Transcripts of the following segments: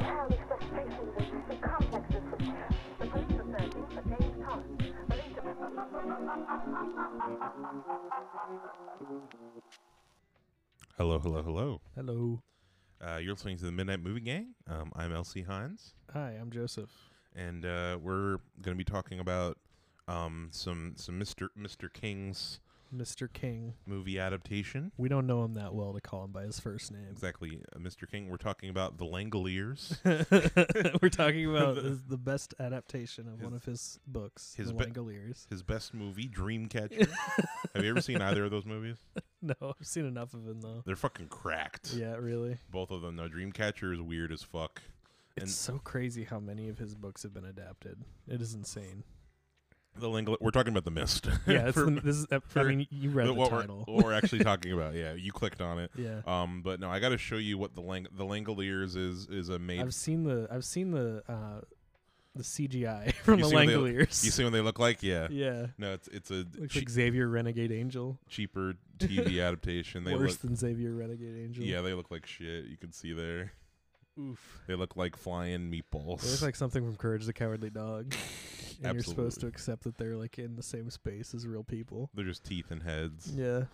childish frustrations and the complexes. The police are searching for James Thomas. Police Hello, hello, hello. Hello. Uh, you're listening to the Midnight Movie Gang. Um, I'm LC Hines, Hi, I'm Joseph. and uh, we're going to be talking about um, some some Mr. Mr. King's Mr. King. movie adaptation. We don't know him that well to call him by his first name. Exactly, uh, Mr. King. We're talking about The Langoliers, We're talking about is the best adaptation of one His- of his books, his The be- Langoliers. his best movie, Dreamcatcher. Have you ever seen either of those movies? No, I've seen enough of him though. They're fucking cracked. Yeah, really. Both of them. No, Dreamcatcher is weird as fuck. And- It's so crazy how many of his books have been adapted. It is insane. The Langol- We're talking about The Mist. Yeah, it's For- the, this is. uh, I for mean, you read the what we're- title. what we're actually talking about. Yeah, you clicked on it. Yeah, Um, but no, I got to show you what the Lang- the Langoliers is is a made. I've seen the. I've seen the. uh The CGI from You The see what they- Langoliers. you see what they look like? Yeah. yeah, No, it's it's a looks chea- like Xavier Renegade Angel. cheaper TV adaptation. They Worse look than Xavier Renegade Angel. yeah, they look like shit. You can see there. Oof. They look like flying meatballs. It looks like something from Courage the Cowardly Dog. and you're supposed Absolutely. to accept that they're like in the same space as real people. They're just teeth and heads. Yeah.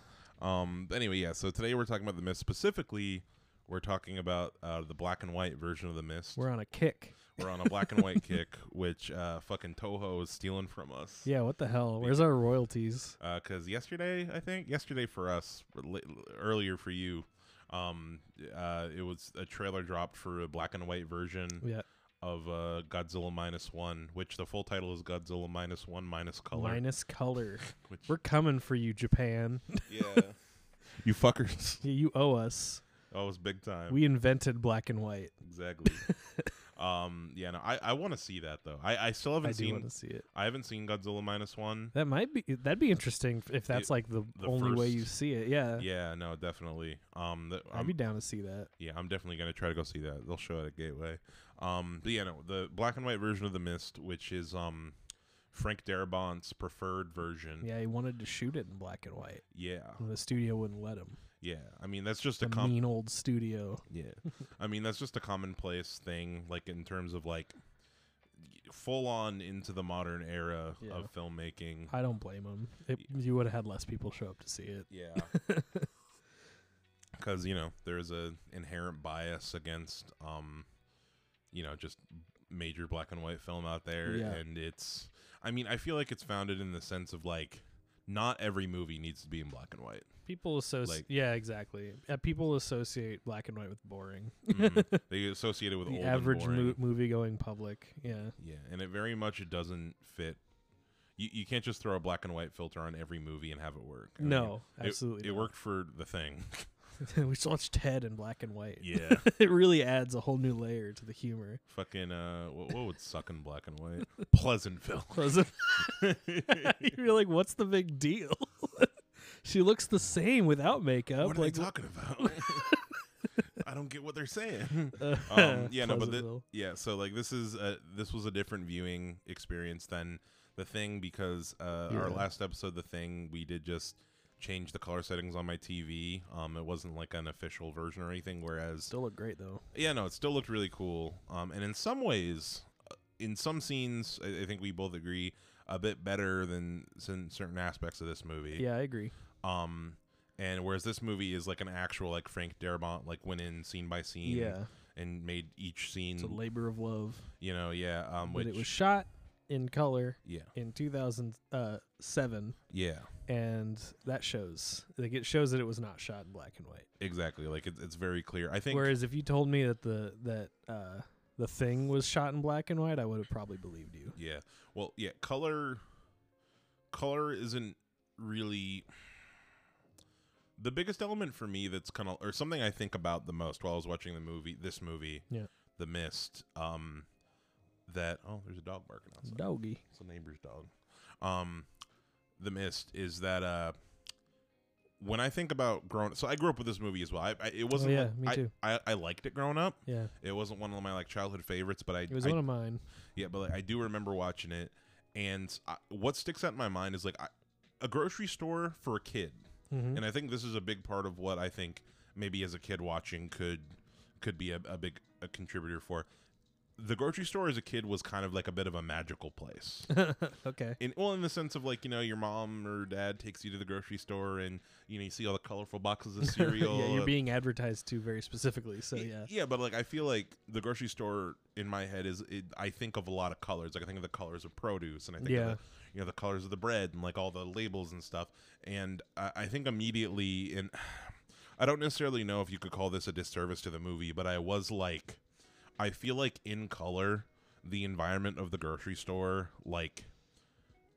Um. but Anyway, yeah. So today we're talking about the mist specifically. We're talking about uh, the black and white version of the mist. We're on a kick. We're on a black and white kick, which uh, fucking Toho is stealing from us. Yeah, what the hell? Where's our royalties? because Uh, yesterday I think yesterday for us or li- earlier for you um uh it was a trailer dropped for a black and white version Yeah. of uh Godzilla minus one which the full title is Godzilla minus one minus color Minus color. which We're coming for you, Japan. yeah you fuckers Yeah, you owe us. that was big time We invented black and white. exactly um yeah no I I want to see that though I I still haven't I do want seen to see it. I haven't seen Godzilla minus one That might be that'd be interesting if that's like the, the only way you first- see it. Yeah. yeah no definitely um the, I'd I'm- be down to see that. Yeah, I'm definitely gonna try to go see that. They'll show it at Gateway. Um, but yeah, no, the black and white version of The Mist, which is um Frank Darabont's preferred version. Yeah, he wanted to shoot it in black and white. yeah, and The studio wouldn't let him. yeah. I mean, that's just The a com- mean old studio. yeah. I mean, that's just a commonplace thing, like in terms of like full on into the modern era Yeah. of filmmaking. I don't blame him. It, you would have had less people show up to see it. Yeah. Because you know there's a inherent bias against um, you know, just major black and white film out there, Yeah. and it's. I mean, I feel like it's founded in the sense of like, not every movie needs to be in black and white. People associate, Like- yeah, exactly. Uh, people associate black and white with boring. Mm. they associate it with the old average and boring. mo- movie going public, yeah, Yeah, and it very much doesn't fit. You, you can't just throw a black and white filter on every movie and have it work. I mean, no, it- absolutely. It, worked for the thing. we just watched Ted in black and white. Yeah, it really adds a whole new layer to the humor. fucking uh, what, what would suck in black and white? Pleasantville. You're like, what's the big deal? she looks the same without makeup. What are like, they talking about? I don't get what they're saying. uh, Um, yeah, no, but the- Pleasantville. Yeah, so like this is a, this was a different viewing experience than the thing because uh, Yeah. our last episode, the thing, we did just change the color settings on my TV. Um, it wasn't like an official version or anything. Whereas, still look great though. yeah, no, it still looked really cool. Um, and in some ways, uh, in some scenes, I, I think we both agree a bit better than some certain aspects of this movie. Yeah, I agree. Um, and whereas this movie is like an actual like Frank Darabont like went in scene by scene, Yeah, and made each scene, it's a labor of love. you know, yeah, um, but which it was shot in color yeah, in 2007 yeah, and that shows like it shows that it was not shot in black and white exactly. Like it, it's very clear. I think whereas if you told me that the that uh the thing was shot in black and white i would have probably believed you Yeah. Well, yeah, color color isn't really the biggest element for me that's kind of or something I think about the most while I was watching the movie this movie. Yeah. The Mist. Um that oh, there's a dog barking outside. doggy It's a neighbor's dog. Um, the mist is that uh, when I think about grown, so I grew up with this movie as well. I, I it wasn't. Oh, yeah, like- me I- too. I, I, liked it growing up. yeah It wasn't one of my like childhood favorites, but I, it was I- one of mine yeah, but like, I do remember watching it. And I, what sticks out in my mind is like I, a grocery store for a kid, mm-hmm. and I think this is a big part of what I think maybe as a kid watching could could be a, a big a contributor for. The grocery store as a kid was kind of like a bit of a magical place. okay. in well in the sense of like you know your mom or dad takes you to the grocery store and you know you see all the colorful boxes of cereal yeah, you're uh, being advertised to very specifically. So y- yeah. yeah but like i feel like the grocery store in my head is it, i think of a lot of colors like i think of the colors of produce and i think Yeah. of the, you know the colors of the bread and like all the labels and stuff and i, I think immediately and i don't necessarily know if you could call this a disservice to the movie but i was like i feel like in color the environment of the grocery store like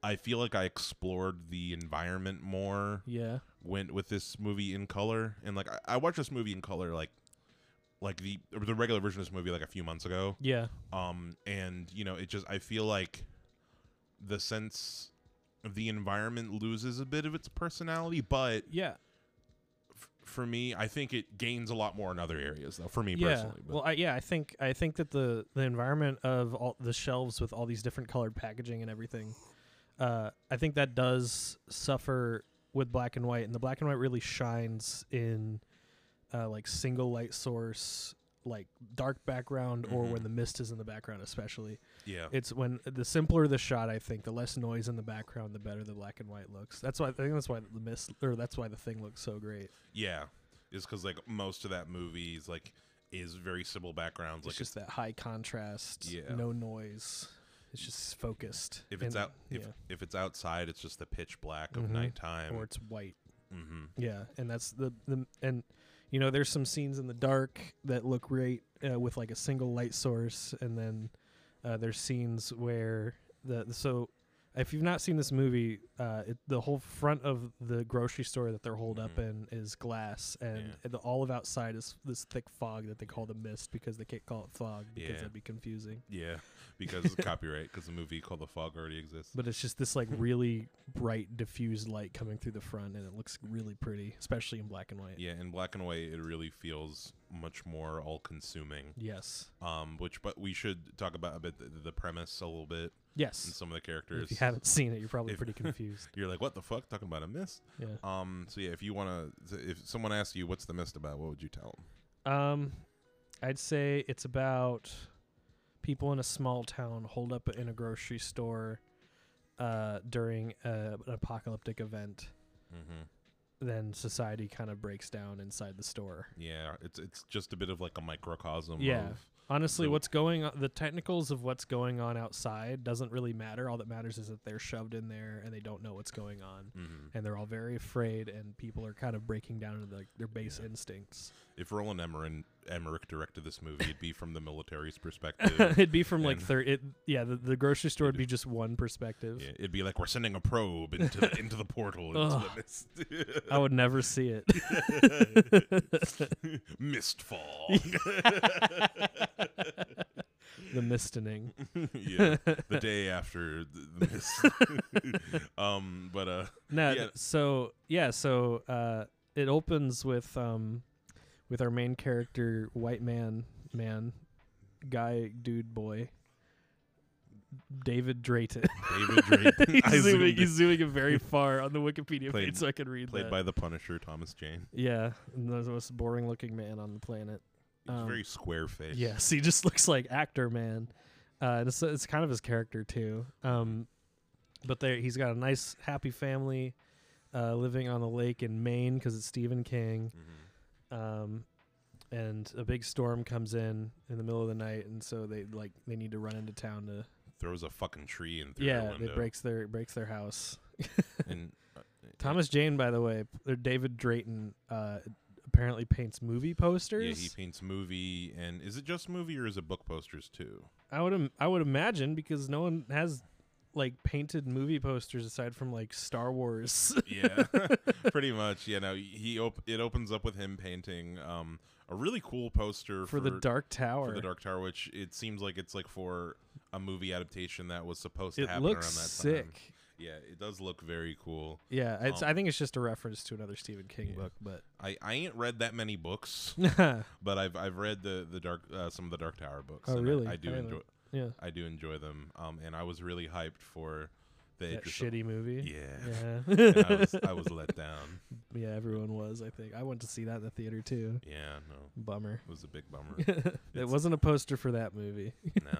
I feel like I explored the environment more Yeah. went with this movie in color and like I, I watched this movie in color like like the or the regular version of this movie like a few months ago Yeah. um and you know it just I feel like the sense of the environment loses a bit of its personality but Yeah. f- for me I think it gains a lot more in other areas though for me yeah. personally but Well, I, yeah, I think I think that the the environment of all the shelves with all these different colored packaging and everything, uh, I think that does suffer with black and white, and the black and white really shines in uh, like single light source, like dark background, or Mhm. when the mist is in the background, especially. yeah It's when the simpler the shot, I think, the less noise in the background, the better the black and white looks. That's why I think that's why the mist, or that's why the thing looks so great. yeah is because like most of that movie is like is very simple backgrounds like it's just that high contrast, Yeah. no noise. It's just focused. if it's and- out if, yeah, if it's outside it's just the pitch black of Mhm. nighttime or it's white. mm-hmm. Yeah, and that's the the and you know there's some scenes in the dark that look great uh, with like a single light source, and then uh, there's scenes where the so if you've not seen this movie, uh, it, the whole front of the grocery store that they're holed up in is glass, and Mm-hmm. Yeah. the, all of outside is this thick fog that they call the mist because they can't call it fog because Yeah. that'd be confusing. yeah because it's copyright because the movie called the fog already exists But it's just this like really bright diffused light coming through the front, and it looks really pretty, especially in black and white. yeah in black and white it really feels much more all consuming Yes, um which but we should talk about a bit the, the premise a little bit and yes. some of the characters If you haven't seen it, you're probably if- pretty confused. are like what the fuck talking about a mist Yeah. um so yeah if you want to if someone asks you what's the mist about what would you tell them Um, I'd say it's about people in a small town holed up in a grocery store uh, during a, an apocalyptic event. mm-hmm. Then society kind of breaks down inside the store. yeah it's it's just a bit of like a microcosm Yeah. of- Honestly, So- what's going on, the technicals of what's going on outside doesn't really matter. All that matters is that they're shoved in there and they don't know what's going on. Mhm. And they're all very afraid, and people are kind of breaking down into like their base instincts. if roland emmerich, emmerich directed this movie it'd be from the military's perspective It'd be from like And- thirty. It, yeah, the, the grocery store would be just one perspective. Yeah, it'd be like we're sending a probe into the, into the portal into the Ugh. mist. I would never see it. Mistfall. the mistening. yeah, the day after the, the mist. um, but uh, No. Yeah. th- So yeah. So uh, it opens with um, with our main character, white man, man, guy, dude, boy, David Drayton. David Drayton, I he's, zooming, zoomed he's in, zooming it very far on the Wikipedia Played- page so I can read played that. by the Punisher, Thomas Jane. yeah, and the most boring looking man on the planet. He's Um, very square faced. Yes, he just looks like actor man. Uh, and it's, it's kind of his character too. Um, but there, he's got a nice, happy family uh, living on a lake in Maine because it's Stephen King. Mm-hmm. Um, and a big storm comes in in the middle of the night, and so they like they need to run into town to Throws a fucking tree in through the yeah, window. it breaks their breaks their house. And, uh, Thomas Jane, by the way, p- or David Drayton, uh, apparently paints movie posters. Yeah, he paints movie, and is it just movie or is it book posters too? I would Im- I would imagine because no one has like painted movie posters aside from like Star Wars. yeah pretty much you know he op- it opens up with him painting um a really cool poster For the Dark Tower, for the dark tower which it seems like it's like for a movie adaptation that was supposed to it happen looks around that sick. time yeah it does look very cool Yeah, it's, Um, I think it's just a reference to another Stephen King yeah. book, but i i ain't read that many books but i've i've read the the dark uh, some of the dark tower books Oh, and I- really? i, I do haven't. enjoy yeah, i do enjoy them um and i was really hyped for the that Idris shitty movie. yeah, Yeah, And I, was, I was let down yeah, everyone was. I think I went to see that in the theater too. Yeah, no, Bummer. it was a big bummer. it wasn't a poster for that movie. no.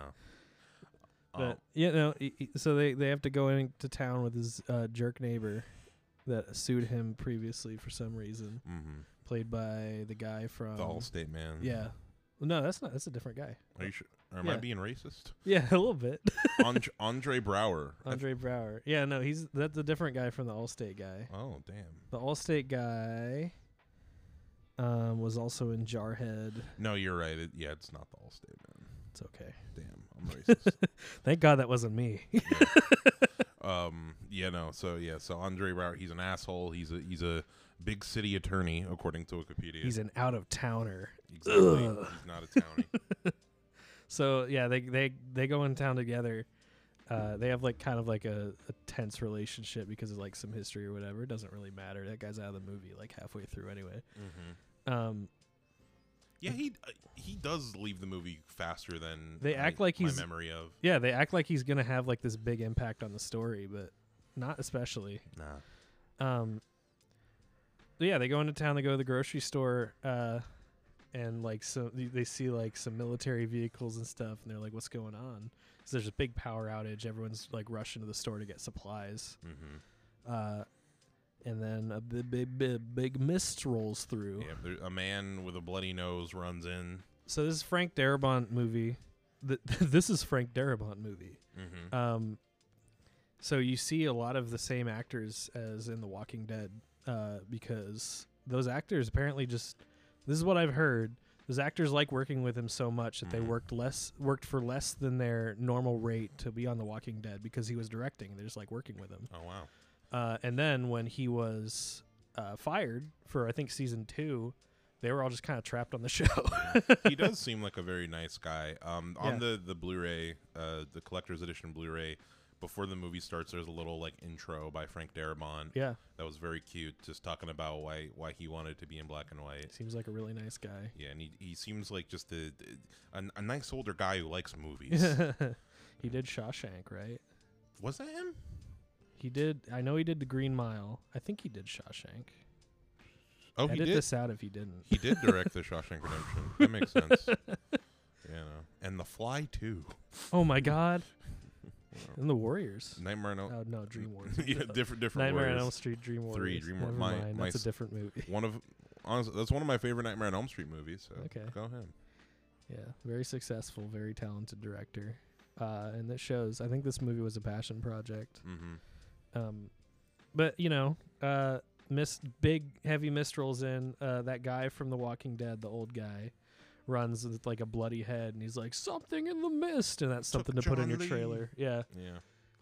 But Oh, you know, e- e- so they they have to go into town with his uh, jerk neighbor that sued him previously for some reason, mhm. played by the guy from the whole state man. um, Yeah, no, that's not. That's a different guy. Are you sure? Or am I Yeah. being racist? Yeah, a little bit. And- Andre Brower. I- Andre Brower. Yeah, no, he's that's a different guy from the Allstate guy. oh damn. The Allstate guy um, was also in Jarhead. No, you're right. It, yeah, it's not the whole state man. It's okay. Damn, I'm racist. Thank God that wasn't me. um, yeah, no. So yeah, so Andre Brower, he's an asshole. He's a he's a big city attorney, according to Wikipedia. He's an out of towner. exactly. He's not a townie. So yeah, they they they go in town together. Uh, they have like kind of like a, a tense relationship because of like some history or whatever. It doesn't really matter. That guy's out of the movie like halfway through anyway. hmm Um, Yeah, he uh, he does leave the movie faster than They I- act like my he's- memory of. yeah, they act like he's gonna have like this big impact on the story, but not especially. Nah. Um, but yeah, they go into town. They go to the grocery store, uh, and like so they- they see like some military vehicles and stuff, and they're like, "What's going on?" So there's a big power outage. Everyone's like rushing to the store to get supplies, hmm uh, and then a big, big, big, big mist rolls through. Yeah, there, a man with a bloody nose runs in. So this is Frank Darabont movie. Th- this is Frank Darabont movie. hmm Um, so you see a lot of the same actors as in The Walking Dead, uh, because those actors apparently just this is what I've heard. Those actors like working with him so much that they Mhm. worked less worked for less than their normal rate to be on The Walking Dead because he was directing. They just like working with him. Oh wow. Uh, and then when he was uh, fired for I think season two, they were all just kind of trapped on the show. he does seem like a very nice guy. Um, on Yeah. the the Blu-ray, uh, the collector's edition Blu-ray, before the movie starts, there's a little like intro by Frank Darabont yeah, that was very cute, just talking about why why he wanted to be in black and white. seems like a really nice guy. Yeah, and he, he seems like just a, a a nice older guy who likes movies. he did Shawshank, right? was that him? He did. I know he did the Green Mile. I think he did Shawshank. Oh, Edit he did. this out if you didn't. He did direct the Shawshank Redemption. That makes sense. Yeah, no. and The Fly too. Oh my God! Wow. And the Warriors. Nightmare on Elm. Oh no, Dream Warriors. yeah, different different. Nightmare on words. Elm Street, Dream Warriors. Dream War- Never my- mind, my that's s- a different movie. one of honestly that's one of my favorite Nightmare on Elm Street movies. So Okay. go ahead. Yeah, very successful, very talented director, uh, and that shows. I think this movie was a passion project. Mm-hmm. Um, but you know, uh, mist, big heavy mist rolls in. Uh, that guy from The Walking Dead, the old guy, runs with like a bloody head, and he's like, "Something in the mist," and that's Took something to put in your John Lee. trailer. Yeah, Yeah.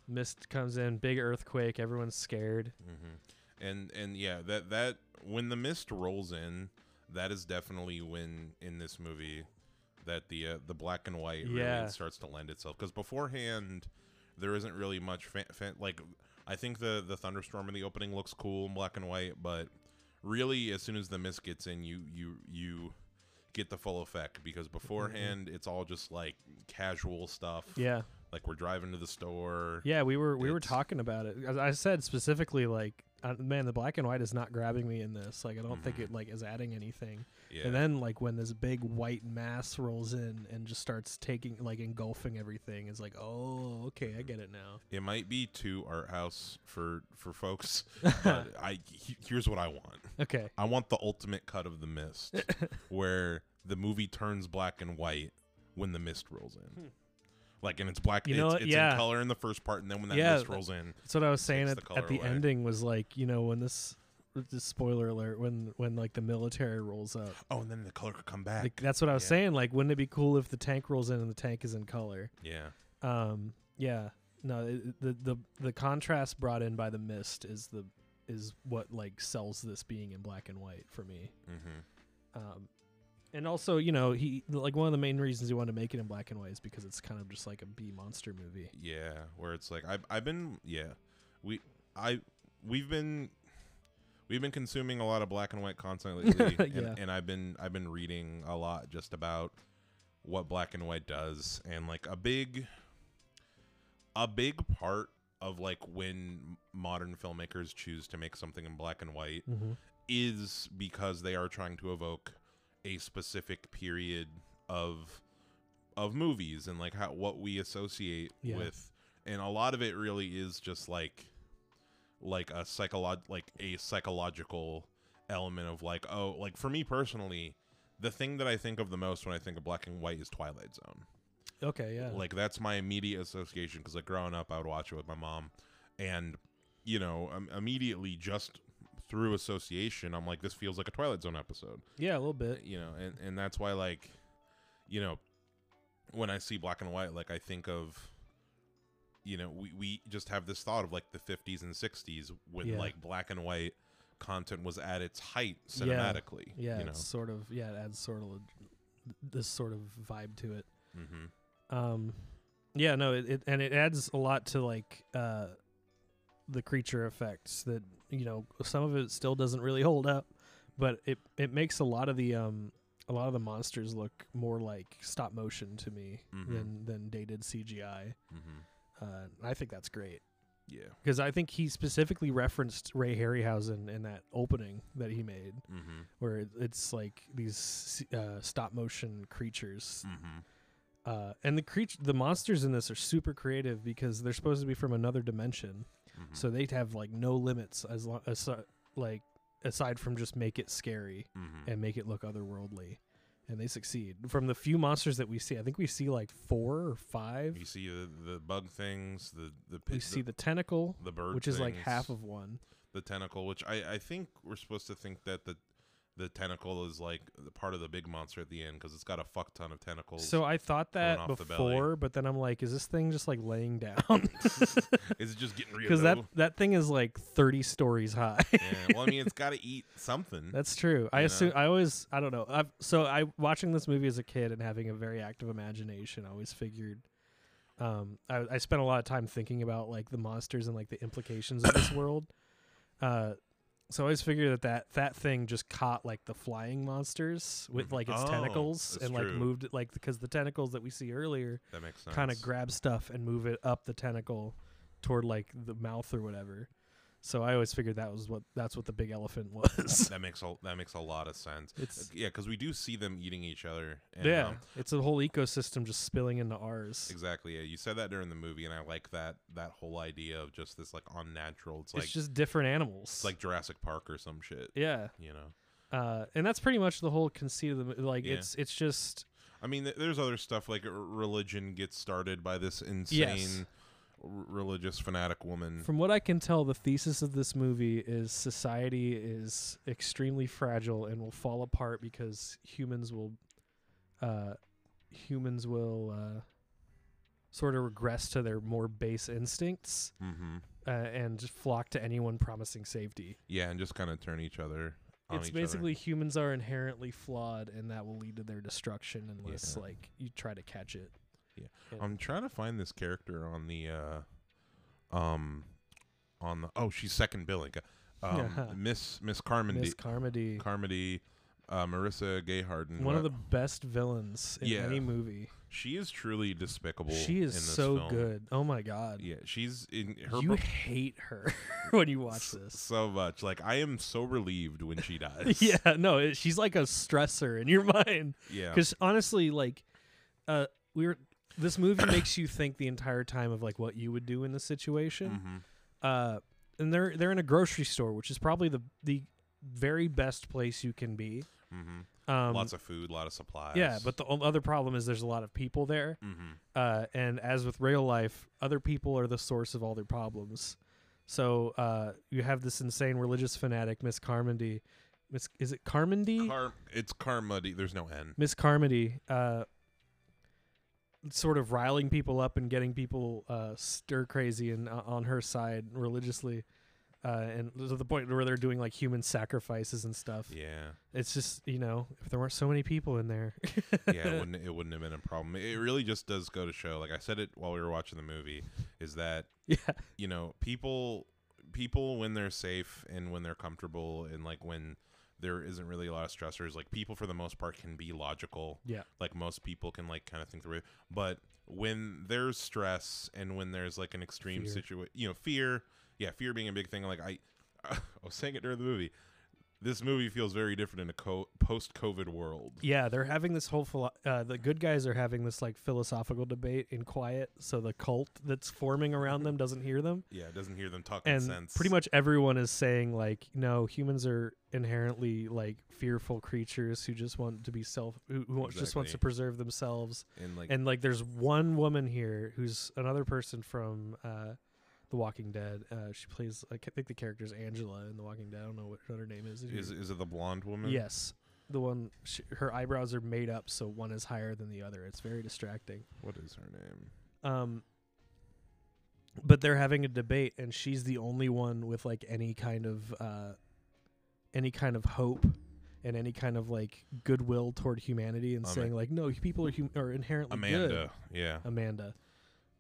mist comes in, big earthquake, everyone's scared. Mm-hmm. And and yeah, that that when the mist rolls in, that is definitely when in this movie that the uh, the black and white Yeah. really starts to lend itself because beforehand there isn't really much fan, fan, like I think the the thunderstorm in the opening looks cool in black and white, but really as soon as the mist gets in, you you you get the full effect because beforehand it's all just like casual stuff. Mm-hmm. Yeah, like we're driving to the store. yeah, we were we were It's- talking about it. As I said specifically, like, uh, man, the black and white is not grabbing me in this. Like, I don't think it like is adding anything. Yeah. And then like when this big white mass rolls in and just starts taking like engulfing everything, it's like, oh, okay, I get it now. It might be too art house for for folks, but I he- here's what I want. Okay. I want the ultimate cut of the mist, where the movie turns black and white when the mist rolls in, like and it's black. You it's, know what? it's Yeah. in color in the first part, and then when that Yeah, mist that- rolls in, That's what I was saying Takes the at the, at color the away. ending was like, you know, when this, this spoiler alert, when when like the military rolls up. oh, and then the color could come back. Like, that's what I was Yeah. saying. Like, wouldn't it be cool if the tank rolls in and the tank is in color? yeah, Um, yeah. No, it, the the the contrast brought in by the mist is the is what like sells this being in black and white for me. mm-hmm. Um, and also, you know, he like one of the main reasons he wanted to make it in black and white is because it's kind of just like a B monster movie. Yeah, where it's like I've I've been yeah, we I we've been we've been consuming a lot of black and white content lately, Yeah. and, and I've been I've been reading a lot just about what black and white does, and like a big a big part of like when modern filmmakers choose to make something in black and white Mm-hmm. is because they are trying to evoke a specific period of of movies and like how what we associate Yeah. with and a lot of it really is just like like a psycholog like a psychological element of like oh like for me personally the thing that I think of the most when I think of black and white is Twilight Zone Okay, yeah. like that's my immediate association because like growing up i would watch it with my mom and you know um, immediately just through association i'm like this feels like a twilight zone episode yeah, a little bit. you know and, and that's why like you know when i see black and white like i think of you know we, we just have this thought of like the 50s and 60s when Yeah. like black and white content was at its height cinematically Yeah, you know it's sort of yeah, it adds sort of this sort of vibe to it. hmm Um yeah, no, it, it and it adds a lot to like uh the creature effects that you know, some of it still doesn't really hold up, but it it makes a lot of the um a lot of the monsters look more like stop motion to me Mhm. than than dated CGI. hmm Uh, I think that's great yeah because I think he specifically referenced Ray Harryhausen in that opening that he made, hmm where it- it's like these uh, stop motion creatures, hmm uh, and the creature, the monsters in this are super creative because they're supposed to be from another dimension, Mhm. so they have like no limits as long as uh, like aside from just make it scary hmm and make it look otherworldly. And they succeed. From the few monsters that we see, I think we see like four or five. You see the, the bug things, the the We pit- see the, the tentacle, the bird, which is like half things, of one. the tentacle. Which I, I think we're supposed to think that the the tentacle is like the part of the big monster at the end because it's got a fuck ton of tentacles. So I thought that off the belly. before, but then I'm like, is this thing just like laying down? is it just getting real? Because that though? that thing is like 30 stories high. yeah. Well, I mean, it's got to eat something. That's true. I You assume know? I always I don't know. I've, so I watching this movie as a kid and having a very active imagination, I always figured. Um, I, I spent a lot of time thinking about like the monsters and like the implications of this world. Uh, so I always figured that, that that thing just caught like the flying monsters with Mhm. like its Oh, tentacles that's and like true. moved it like because the tentacles that we see earlier that makes sense. kind of grab stuff and move it up the tentacle toward like the mouth or whatever. So I always figured that was what that's what the big elephant was. that makes a that makes a lot of sense. It's Yeah, because we do see them eating each other. And, yeah, um, it's a whole ecosystem just spilling into ours. exactly. Yeah, you said that during the movie, and I like that that whole idea of just this like unnatural. It's It's like just different animals. it's like Jurassic Park or some shit. yeah, You know. uh, and that's pretty much the whole conceit of the mo- like. Yeah. It's it's just I mean, th- there's other stuff like r- religion gets started by this insane r- religious fanatic woman. from what I can tell, the thesis of this movie is society is extremely fragile and will fall apart because humans will, uh, humans will uh, sort of regress to their more base instincts mm-hmm. uh, and just flock to anyone promising safety. Yeah, and just kind of turn each other. On it's each basically humans are inherently flawed, and that will lead to their destruction unless Yeah. like you try to catch it. Other. I'm trying to find this character on the, uh, um, on the. Oh, she's second billing. Um, Miss Miss Carmody, Miss Carmody, Carmody, uh, Marissa Gay Harden. one of who the I- best villains in Yeah. any movie. She is truly despicable. She is in this so film. good. Oh my god. Yeah, she's in her. you per- hate her when you watch this. so much. Like I am so relieved when she dies. Yeah, no, it, she's like a stressor in your mind. yeah. Because honestly, like, uh, we were this movie makes you think the entire time of like what you would do in this situation. Mhm. Uh, and they're they're in a grocery store, which is probably the the very best place you can be. Mhm. Um, lots of food, a lot of supplies. yeah, but the o- other problem is there's a lot of people there. hmm uh, and as with real life, other people are the source of all their problems. So uh, you have this insane religious fanatic, Miss Carmody. Miss is it Carmody? Car- it's Carmody. There's no N. Miss Carmody, uh, sort of riling people up and getting people uh, stir crazy and uh, on her side religiously, uh, and to the point where they're doing like human sacrifices and stuff. Yeah, It's just you know if there weren't so many people in there, yeah. It wouldn't, it wouldn't have been a problem. It really just does go to show. Like I said it while we were watching the movie, is that yeah, you know people people when they're safe and when they're comfortable and like when there isn't really a lot of stressors like people for the most part can be logical Yeah. like most people can like kind of think through it but when there's stress and when there's like an extreme Fear. situation you know fear yeah fear being a big thing like i i was saying it during the movie this movie feels very different in a co- post-COVID world. Yeah, they're having this whole philo- uh, the good guys are having this like philosophical debate in quiet, so the cult that's forming around them doesn't hear them, Yeah, it doesn't hear them talking and sense. pretty much everyone is saying like, no, humans are inherently like fearful creatures who just want to be self, who, who want- just wants to Exactly. preserve themselves, and like and like there's one woman here who's another person from uh, The Walking Dead. Uh, she plays, I ca- think the character's Angela in The Walking Dead. I don't know what her name is. Did you- is is it the blonde woman? Yes. The one, sh her eyebrows are made up, so one is higher than the other. It's very distracting. What is her name? Um, but they're having a debate, and she's the only one with like any kind of, uh, any kind of hope, and any kind of like goodwill toward humanity, and Ama- saying like, no, people are hum- are inherently good. Amanda. Yeah. Amanda.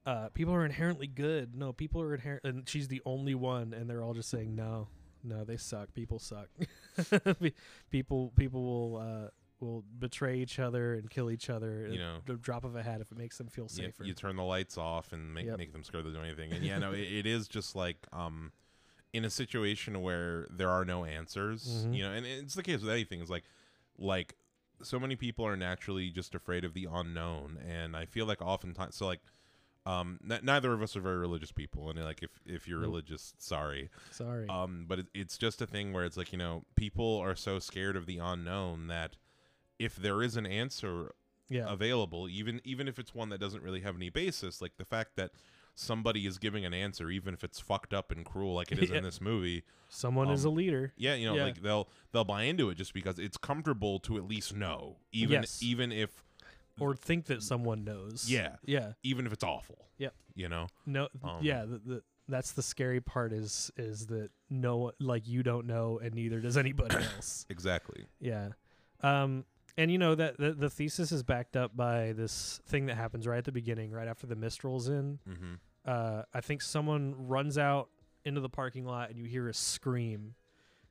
Uh, people are inherently good. No, people are inherent, and she's the only one, and they're all just saying no, no, they suck. People suck. Pe- people, people will uh, will betray each other and kill each other. You at know. the drop of a hat if it makes them feel Yeah, safer. you turn the lights off and make, Yep. make them scared to do anything. And yeah, no, it, it is just like um, in a situation where there are no answers, Mhm. you know, and it's the case with anything. Is like, like so many people are naturally just afraid of the unknown, and I feel like oftentimes, so like, um, n- neither of us are very religious people, and like if if you're Nope. religious, sorry, Sorry. um, but it, it's just a thing where it's like, you know, people are so scared of the unknown that if there is an answer yeah. uh, available, even even if it's one that doesn't really have any basis, like the fact that somebody is giving an answer, even if it's fucked up and cruel, like it is Yeah. in this movie. Someone is a um, leader. Yeah, you know, Yeah. like they'll they'll buy into it just because it's comfortable to at least know, even Yes. even if Or think that someone knows. yeah. Yeah. even if it's awful. Yep. you know, No. th- Um, yeah. The, the, that's the scary part is is that no, one- like you don't know, and neither does anybody else. exactly. Yeah. Um and you know that the, the thesis is backed up by this thing that happens right at the beginning, right after the mist rolls in. Mm-hmm. Uh I think someone runs out into the parking lot and you hear a scream.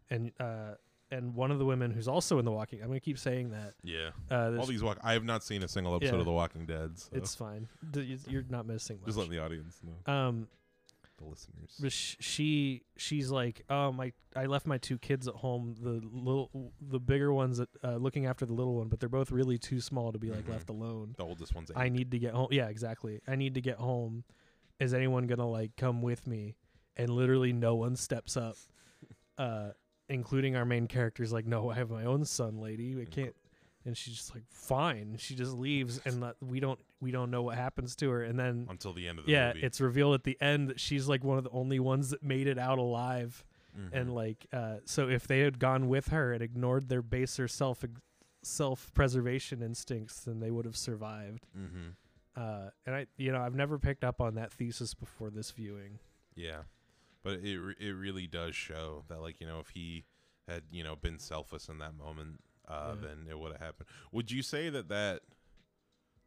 And uh and one of the women who's also in the walking I'm gonna keep saying that. Yeah, Uh all there's- these walk. I have not seen a single episode Yeah. of The Walking Dead. So it's fine. D- you- You're not missing much. just let the audience know, um the listeners. but sh- she she's like oh my i left my two kids at home the little the bigger ones at, uh, looking after the little one but they're both really too small to be like Mhm. left alone the oldest one's eight. I need to get home. Yeah, exactly. I need to get home. Is anyone gonna like come with me? And literally, no one steps up, uh, including our main characters. Like, no, I have my own son, lady. I co- can't. And she's just like, fine. She just leaves, and let, we don't we don't know what happens to her. And then until the end of the yeah, movie. it's revealed at the end that she's like one of the only ones that made it out alive. Mhm. And like, uh, so if they had gone with her and ignored their baser self self preservation instincts, then they would have survived Mhm. uh, and I, you know, I've never picked up on that thesis before this viewing. Yeah, but it re- it really does show that like you know if he had you know been selfless in that moment, uh, Yeah. then it would have happened. Would you say that that?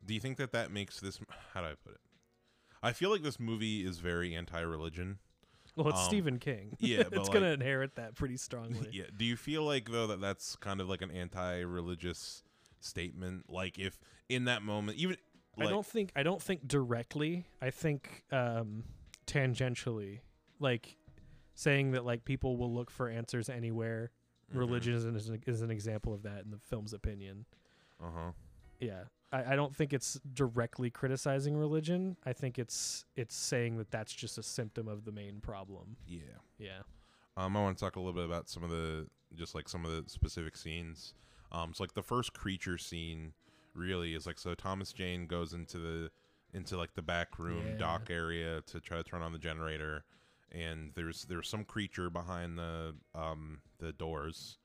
Do you think that that makes this? How do I put it? I feel like this movie is very anti-religion. Well, it's Um, Stephen King. yeah, but it's like- gonna inherit that pretty strongly. yeah. Do you feel like though that that's kind of like an anti-religious statement? Like if in that moment, even like, I don't think I don't think directly. I think um, tangentially, like saying that like people will look for answers anywhere. Mhm. Religion is an, is an- is an example of that in the film's opinion. Uh huh. Yeah, I, I don't think it's directly criticizing religion. I think it's it's saying that that's just a symptom of the main problem. Yeah. Yeah. Um, I want to talk a little bit about some of the just like some of the specific scenes. Um, so like the first creature scene really is like so Thomas Jane goes into the into like the back room Yeah. dock area to try to turn on the generator, and there's there's some creature behind the um the doors.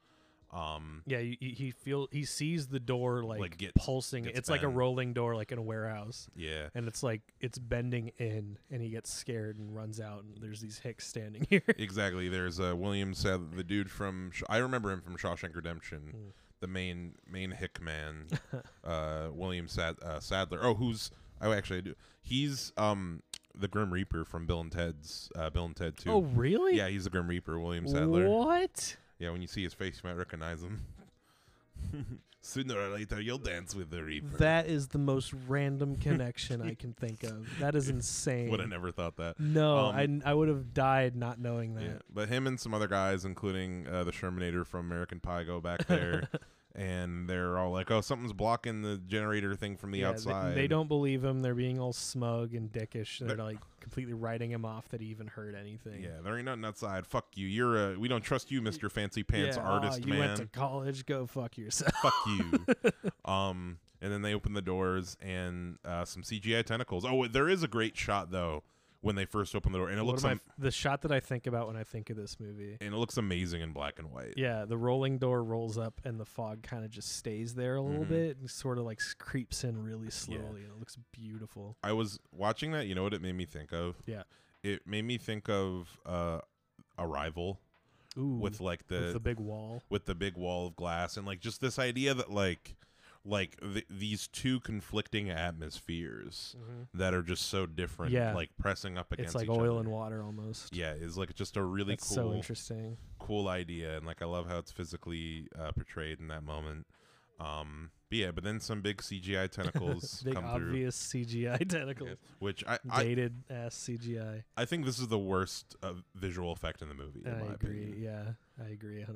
Um, Yeah, you, you- he feel he sees the door like, Like, gets- pulsing. gets it's like a bent. rolling door, like in a warehouse, yeah, and it's like it's bending in, and he gets scared and runs out. And there's these hicks standing here. exactly. There's uh, William said the dude from Sh- I remember him from Shawshank Redemption, Mm. the main main Hickman, uh, William Sad- uh, Sadler. Oh, who's oh actually I do. He's um the Grim Reaper from Bill and Ted's uh, Bill and Ted Two. oh, really? yeah, he's the Grim Reaper, William Sadler. What? Yeah, when you see his face, you might recognize him. Sooner or later, you'll dance with the reaper. That is the most random connection I can think of. That is insane. Would have never thought that. No, Um, I I would have died not knowing that. Yeah, but him and some other guys, including uh, the Shermanator from American Pie, go back there, and they're all like, "Oh, something's blocking the generator thing from the Yeah, they- outside." They, don't believe him. They're being all smug and dickish. They're They're- like completely writing him off that he even heard anything. Yeah, there ain't nothing outside. Fuck you. You're a. We don't trust you, Mister Fancy Pants Yeah, "Aw, Artist you Man. went to college. Go fuck yourself. Fuck you. um, and then they open the doors and uh, some CGI tentacles. Oh, there is a great shot though when they first open the door, and it What looks am I- am- the shot that I think about when I think of this movie. and it looks amazing in black and white. Yeah, the rolling door rolls up and the fog kind of just stays there a little Mhm. bit and sort of like s- creeps in really slowly. And it looks beautiful. I was watching that. You know what it made me think of? Yeah. It made me think of uh, Arrival Ooh, with like the with the big wall. with the big wall of glass and like just this idea that like like th- these two conflicting atmospheres that are just so different Yeah. like pressing up against It's like each oil other. and water almost. yeah is like just a really That's so cool interesting. cool idea and like i love how it's physically uh, portrayed in that moment um but yeah but then some big cgi tentacles Big come obvious CGI through yeah, tentacles. which I, I Dated ass CGI. i think this is the worst uh, visual effect in the movie in I my agree. opinion Yeah, I agree 100%.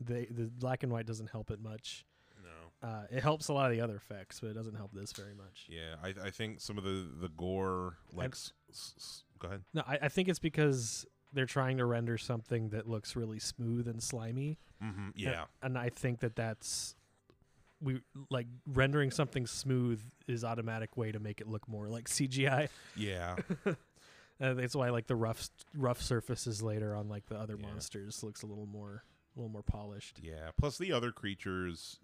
They, the black and white doesn't help it much. no Uh, it helps a lot of the other effects, but it doesn't help this very much. yeah I, I think some of the the gore like And- s- s- s- go ahead No, I, I think it's because they're trying to render something that looks really smooth and slimy. Mm-hmm. And- Yeah. And, I think that that's we like rendering something smooth is automatic way to make it look more like CGI. Yeah. Uh, that's why like the rough s- rough surfaces later on like the other Yeah. monsters looks a little more a little more polished. Yeah. Plus the other creatures,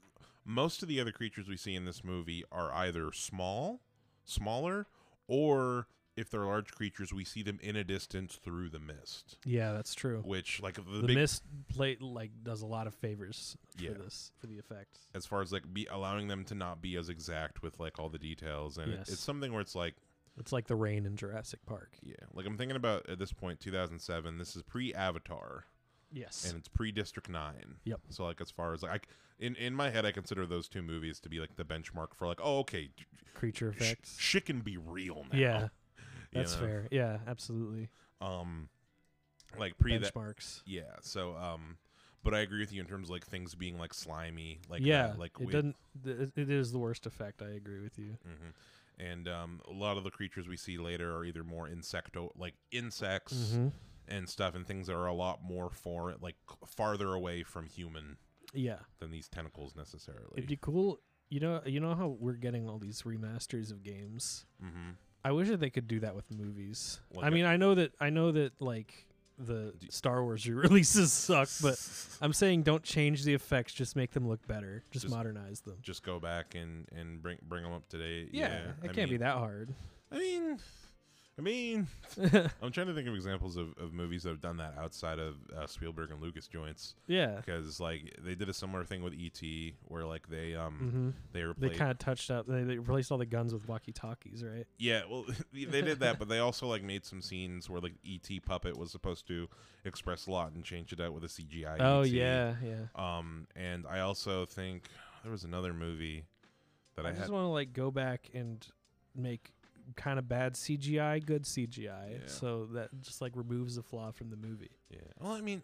most of the other creatures we see in this movie are either small, smaller, or if they're large creatures, we see them in a distance through the mist, Yeah, that's true. which like the, Oh. The big mist plate like does a lot of favors for Yeah. this for the effects. as far as like be allowing them to not be as exact with like all the details and it- Yes. it's something where it's like It's like the rain in Jurassic Park. yeah, like I'm thinking about at this point 2007, this is pre-Avatar. Yes. and it's pre District Nine. Yep. So like as far as like I, in in my head, I consider those two movies to be like the benchmark for like, oh okay, d- Creature sh- oh, effects. shit can be real now. yeah. you That's know? fair. Yeah, absolutely. Um, like pre that. Benchmarks. Yeah. So um, but I agree with you in terms of like things being like slimy. Like yeah, that, like it we- doesn't. th- It is the worst effect. I agree with you. Mhm. And um, a lot of the creatures we see later are either more insecto, like insects Mm-hmm. and stuff, and things that are a lot more foreign, like farther away from human Yeah, than these tentacles necessarily. it'd be cool. You know, you know how we're getting all these remasters of games. mm-hmm. I wish that they could do that with movies. Like I a- mean, I know that. I know that like the Do- Star Wars releases suck, but I'm saying don't change the effects. Just make them look better. Just, Just- modernize them. just go back and and bring bring them up today. Yeah, it can't be that hard. I mean, I mean, I'm trying to think of examples of, of movies that have done that outside of uh, Spielberg and Lucas joints yeah. because like they did a similar thing with E.T. where like they um Mm-hmm. they They replaced kind of touched up. They, they replaced all the guns with walkie talkies, right? yeah well they did that but they also like made some scenes where like E.T. puppet was supposed to express a lot and changed it out with a CGI. Oh ET. yeah, yeah. Um, and I also think there was another movie that I, I had. just want to like go back and make kind of bad CGI good CGI, Yeah. so that just like removes the flaw from the movie. Yeah. Well, I mean,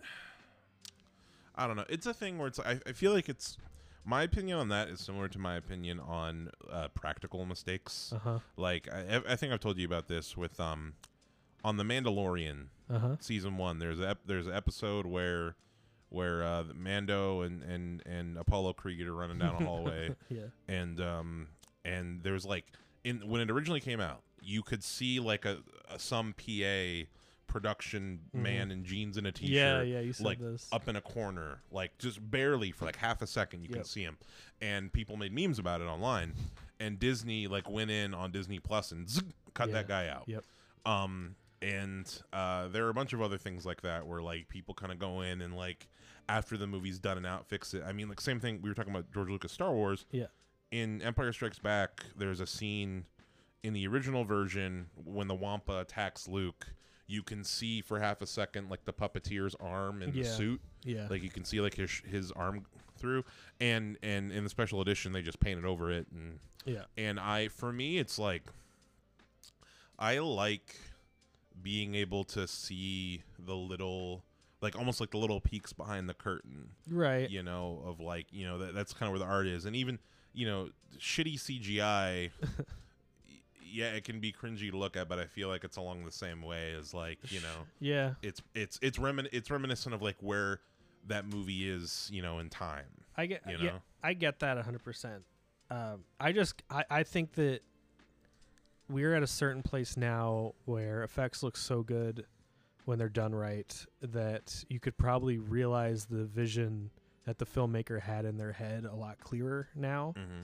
I don't know. It's a thing where it's. I, I feel like it's. My opinion on that is similar to my opinion on uh, practical mistakes. Uh huh. Like I, I think I've told you about this with um, on the Mandalorian Uh huh. season one. There's a ep- there's an episode where where uh, the Mando and and and Apollo Creed are running down a hallway Yeah. and um and there's like in when it originally came out you could see like a, a some pa production man in jeans and a t-shirt Mm-hmm. Yeah, yeah, you said like this. up in a corner like just barely for like half a second you can Yep. see him and people made memes about it online and disney like went in on disney plus and zzz, cut that Yeah, guy out Yep. um, and uh, there are a bunch of other things like that where like people kind of go in and like after the movie's done and out fix it. I mean, like same thing we were talking about George Lucas Star Wars. Yeah. In Empire Strikes Back, there's a scene in the original version when the Wampa attacks Luke. You can see for half a second like the puppeteer's arm in the Yeah. suit. Yeah. Like you can see like his his arm through, and and in the special edition they just painted over it, and Yeah. and I for me it's like I like being able to see the little like almost like the little peaks behind the curtain Right. you know, of like, you know, that, that's kind of where the art is. And even, you know, shitty CGI, y- yeah, it can be cringy to look at, but I feel like it's along the same way as like, you know, Yeah. it's it's it's remin it's reminiscent of like where that movie is, you know, in time. I get you yeah, know? I get that 100%. Um, I just I, I think that we're at a certain place now where effects look so good when they're done right that you could probably realize the vision that the filmmaker had in their head a lot clearer now Mm-hmm.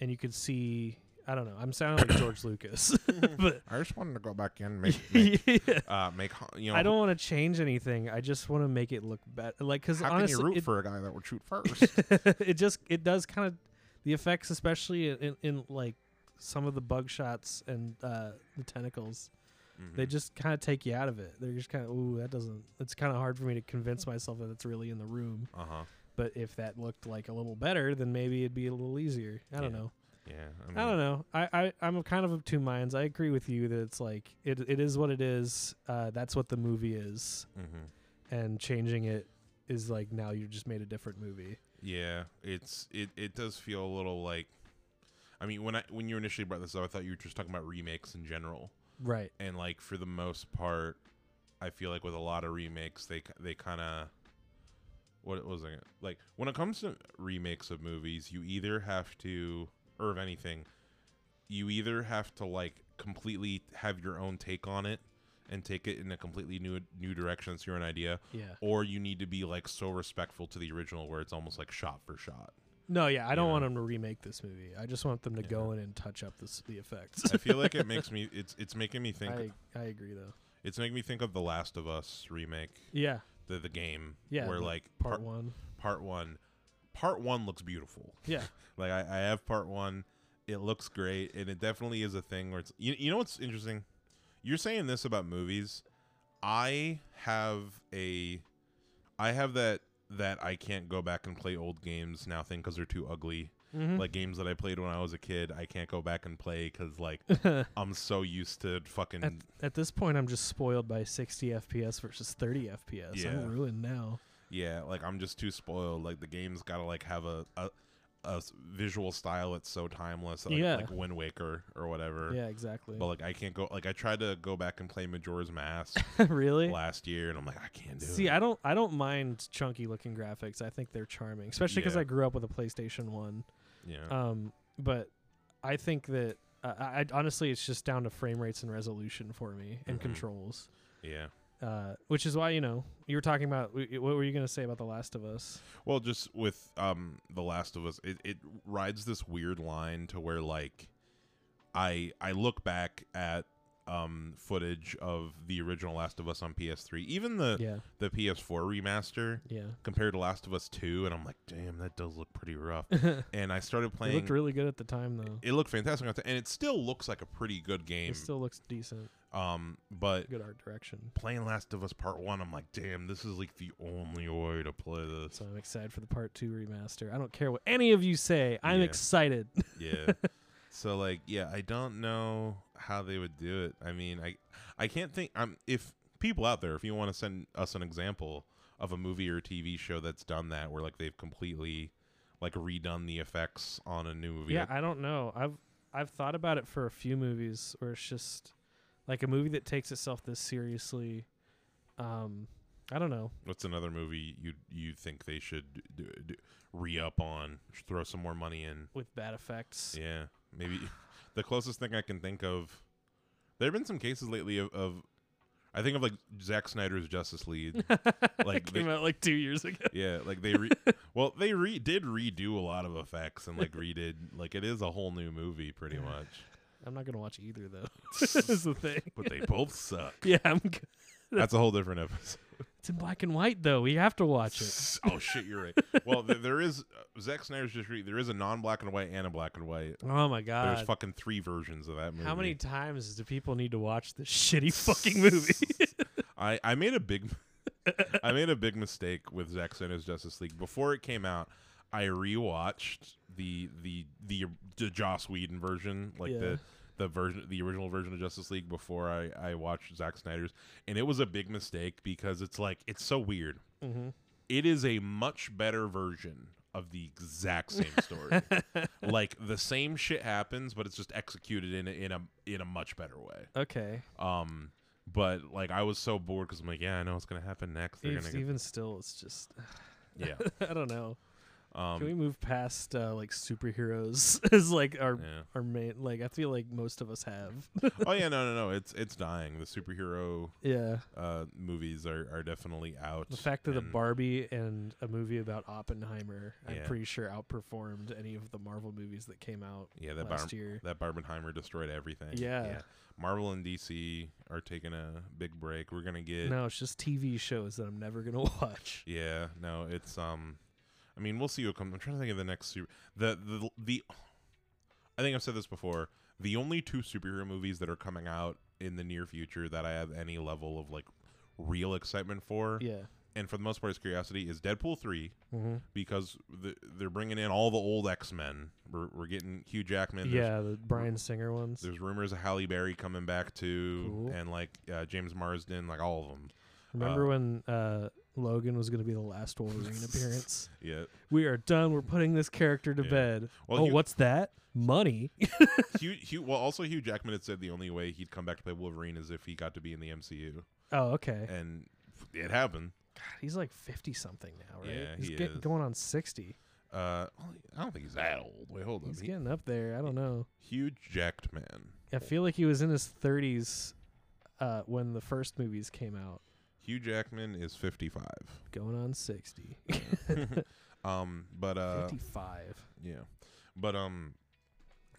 and you could see I don't know, I'm sounding like George Lucas. but I just wanted to go back in, Yeah. uh, make you I don't want to change anything. I just want to make it look better. Like cuz honestly it- for a guy that would shoot first? it just it does kind of the effects especially in, in, in like some of the bug shots and uh the tentacles Mm-hmm. Mm. they just kind of take you out of it they're just kind of ooh that doesn't it's kind of hard for me to convince myself that it's really in the room uh huh. but if that looked like a little better then maybe it'd be a little easier i don't Yeah. Mm. know Yeah, i don't know I, I i'm kind of of two minds i agree with you that it's like it, it is what it is uh that's what the movie is hmm and changing it is like now you just made a different movie Yeah, it's it it does feel a little like I mean, when I when you initially brought this up, I thought you were just talking about remakes in general. right And like for the most part, I feel like with a lot of remakes, they k- they kind of what was it? Like when it comes to remakes of movies, you either have to or of anything, you either have to like completely have your own take on it and take it in a completely new new direction, it's your own idea, yeah or you need to be like so respectful to the original where it's almost like shot for shot. No, yeah, I don't Yeah. want them to remake this movie. I just want them to go in and touch up this, the effects. I feel like it makes me it's it's making me think I, I agree though. it's making me think of the Last of Us remake, Yeah, the the game Yeah, where the like part par- one. part 1 part 1 looks beautiful. Yeah, Like I, I have part 1, it looks great and it definitely is a thing where it's you, you know what's interesting? You're saying this about movies. I have a I have that that I can't go back and play old games now thing cuz they're too ugly. Mhm. like games that I played when I was a kid, I can't go back and play because like I'm so used to fucking at, at this point, I'm just spoiled by 60 FPS versus 30 FPS. Yeah. I'm ruined now. yeah, like I'm just too spoiled. Like the game's got to like have a, a a s- visual style that's so timeless, like, Yeah. like Wind Waker or whatever. Yeah, exactly. But like I can't go. Like I tried to go back and play Majora's Mask really? last year, and I'm like I can't do See, it. I don't, I don't mind chunky looking graphics. I think they're charming, especially because Yeah. I grew up with a PlayStation One. yeah, Um, but I think that uh, I, I honestly, it's just down to frame rates and resolution for me and Mhm. controls. yeah. uh, which is why you know you were talking about wh- what were you going to say about the last of us Well, just with um The Last of Us, it, it rides this weird line to where like I I look back at um footage of the original Last of Us on PS3, even the yeah the PS4 remaster yeah compared to Last of Us 2 and I'm like, "Damn, that does look pretty rough." it and I started playing looked really good at the time though it looked fantastic on the- and it still looks like a pretty good game. it still looks decent um but good art direction playing Last of Us Part 1, I'm like, "Damn, this is like the only way to play this." so i'm excited for the part two remaster i don't care what any of you say i'm Yeah. excited yeah so like yeah i don't know how they would do it i mean i i can't think i'm if people out there if you want to send us an example of a movie or tv show that's done that where like they've completely like redone the effects on a new movie yeah i don't know i've i've thought about it for a few movies where it's just like a movie that takes itself this seriously um i don't know what's another movie you you think they should do, do, re-up on Should throw some more money in with bad effects yeah maybe the closest thing i can think of there have been some cases lately of, of i think of like zack snyder's justice league like like it they- came out like two years ago Yeah, like they re- well, they re- did redo a lot of effects and like redid like it is a whole new movie pretty much. i'm not gonna watch either though is the thing But they both suck. Yeah, I'm good. That's a whole different episode. It's in black and white though. We have to watch it. oh shit, you're right. Well, th- there is uh, Zack Snyder's just re- there is a non-black and white and a black and white. Oh my There's god. fucking three versions of that movie. How many times do people need to watch this shitty fucking movie? I I made a big I made a big mistake with Zack Snyder's Justice League before it came out. I rewatched the the the, the Joss Whedon version, like Yeah. the the version the original version of Justice League before I I watched Zack Snyder's, and it was a big mistake because it's like it's so weird. Mm-hmm. It is a much better version of the exact same story. like the same shit happens, but it's just executed in a, in a in a much better way. Okay. Um, but like I was so bored because I'm like, yeah, I know what's gonna happen next. They're Even, gonna even still, it's just get, yeah. I don't know. Um, Can we move past uh, like superheroes as like our yeah. our main? Like I feel like most of us have. oh yeah, no, no, no. It's it's dying. The superhero yeah. uh, movies are, are definitely out. The fact that the and- Barbie and a movie about Oppenheimer, I'm Yeah. pretty sure outperformed any of the Marvel movies that came out yeah that last Bar- year. that Barbenheimer destroyed everything. Yeah. Marvel and DC are taking a big break. We're gonna get No, it's just TV shows that I'm never gonna watch. yeah. No, it's um. I mean, we'll see what comes. I'm trying to think of the next super. The the the. I think I've said this before. The only two superhero movies that are coming out in the near future that I have any level of like real excitement for, Yeah. and for the most part, is curiosity, is Deadpool three. Mm-hmm. because the, they're bringing in all the old X Men. We're, we're getting Hugh Jackman. There's, yeah, the Brian Singer ones. there's rumors of Halle Berry coming back too, Cool. and like uh, James Marsden, like all of them. Remember when uh, Logan was gonna be the last Wolverine appearance? Yeah. We are done. We're putting this character to Yeah. bed. Well, oh, Hugh, what's that? Money. Hugh, Hugh, well, also Hugh Jackman had said the only way he'd come back to play Wolverine is if he got to be in the MCU, oh, okay. and it happened. God, he's like fifty something now, right? Yeah, he's he get- is. going on sixty. Uh, well, I don't think he's that old. Wait, hold on. He's getting up there. I don't know. Hugh Jackman. I feel like he was in his 30s uh, when the first movies came out, Hugh Jackman is fifty-five. going on 60. um, but uh, 55. Yeah, but um,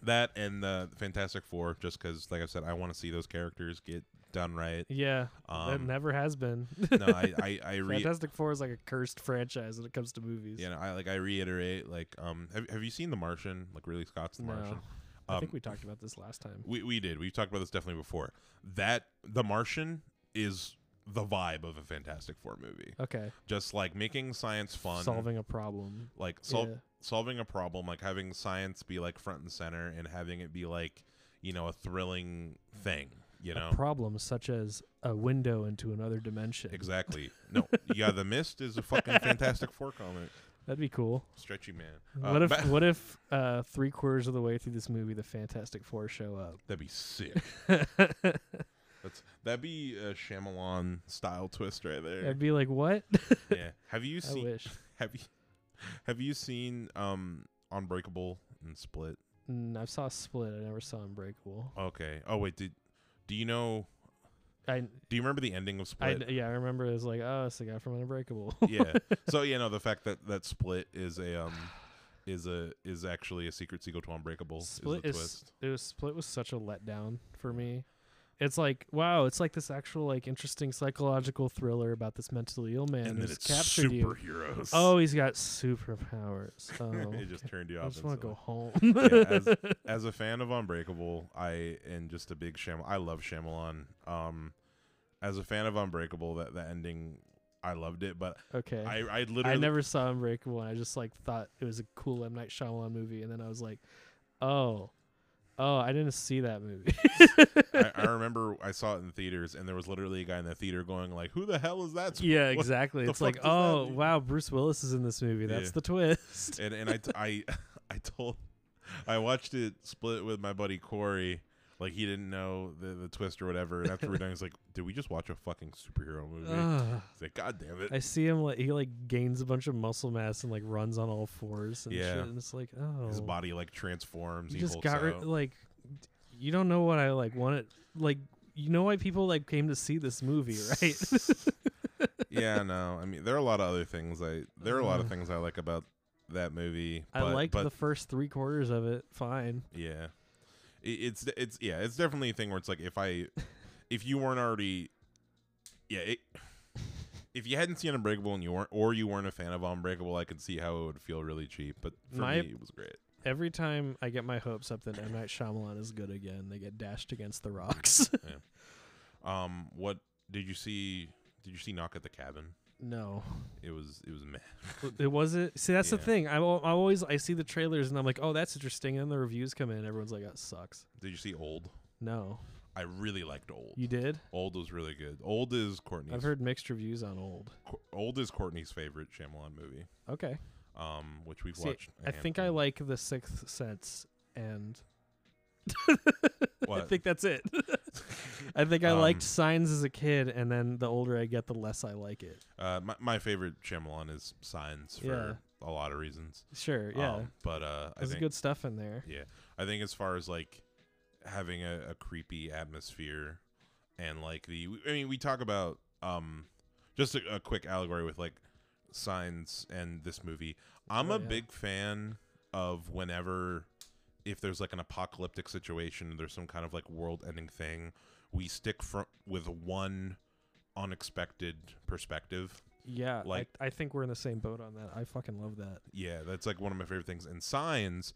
that and the Fantastic Four, just because, like I said, I want to see those characters get done right. Yeah, that Um, never has been. no, I, I, I re- Fantastic Four is like a cursed franchise when it comes to movies. you know, I like I reiterate, like, um, have, have you seen The Martian? Like, really, Scott's The No. Martian. I Um, think we talked about this last time. we we did. We've talked about this definitely before. That The Martian is the vibe of a Fantastic Four movie. Okay, Just like making science fun, solving a problem. like sol- yeah. solving a problem like having science be like front and center and having it be like you know a thrilling thing you know A problem such as a window into another dimension. exactly no yeah the mist is a fucking fantastic four comic That'd be cool. stretchy man what Uh, if ba- what if uh, three quarters of the way through this movie, the Fantastic Four show up? that'd be sick that's that'd be a Shyamalan style twist right there I'd be like, what? yeah have you I seen wish. have you have you seen um unbreakable and split Mm, I saw Split. I never saw Unbreakable. okay oh wait did do you know I, do you remember the ending of I split yeah, I remember it was like, oh, it's the guy from Unbreakable. yeah. So you know the fact that that split is a um is a is actually a secret sequel to Unbreakable Split is is, the twist. it was Split was such a letdown for me. It's like wow, it's like this actual like interesting psychological thriller about this mentally ill man And then who's it's captured you. superheroes. Oh, he's got superpowers. Oh, it just turned you I off. just want to go instantly. home. yeah, as, as a fan of Unbreakable, I and just a big Sham. I love Shyamalan. Um, as a fan of Unbreakable, that the ending, I loved it, but okay. I, I I literally never saw Unbreakable. And I just like thought it was a cool M Night Shyamalan movie, and then I was like, oh, oh, I didn't see that movie. I, I remember I saw it in theaters, and there was literally a guy in the theater going like, "Who the hell is that?" Yeah, What exactly. the It's like, fuck does that oh mean?" wow, Bruce Willis is in this movie. That's Yeah. the twist. and and I t- I I told I watched it split with my buddy Corey. Like he didn't know the, the twist or whatever. And after we we're done, he's like, "Did we just watch a fucking superhero movie?" Ugh. He's like, "God damn it!" I see him like he like gains a bunch of muscle mass and like runs on all fours and Yeah. shit. And it's like, oh, His body like transforms. you He just hulks got rid. out. Like, d- you don't know what I like wanted. Like, you know why people like came to see this movie, right? yeah, no. I mean, there are a lot of other things. I there are a lot of Ugh. things I like about that movie. I but- liked but the first three quarters of it. Fine. Yeah, I- it's it's yeah, it's definitely a thing where it's like if I if you weren't already yeah it, if you hadn't seen Unbreakable and you weren't or you weren't a fan of Unbreakable, I could see how it would feel really cheap. But for My- me, it was great. Every time I get my hopes up that M Night Shyamalan is good again, they get dashed against the rocks. Um, what did you see? Did you see Knock at the Cabin? no, It was it was meh. it wasn't. See, that's the Yeah. thing. I'm, al- I always I see the trailers and I'm like, oh, that's interesting. And then the reviews come in, and everyone's like, that sucks. Did you see Old? No, I really liked Old. you did. Old was really good. Old is Courtney's. I've heard mixed reviews on old. Qu- Old is Courtney's favorite Shyamalan movie, Okay, um, which we've See, watched. a I think I handful. like the Sixth Sense, and I What? think that's it. I think I liked Um, Signs as a kid, and then the older I get, the less I like it. Uh, my, my favorite Shyamalan is Signs for a lot of reasons. Sure, yeah, Um, but uh, I there's think good stuff in there. yeah, I think as far as like having a, a creepy atmosphere and like the I mean we talk about um just a, a quick allegory with like Signs and this movie. I'm Oh, a yeah. big fan of whenever if there's like an apocalyptic situation, there's some kind of like world-ending thing, we stick fr- with one unexpected perspective. Yeah, Like- like I, think we're in the same boat on that. I fucking love that. Yeah, that's like one of my favorite things. And Signs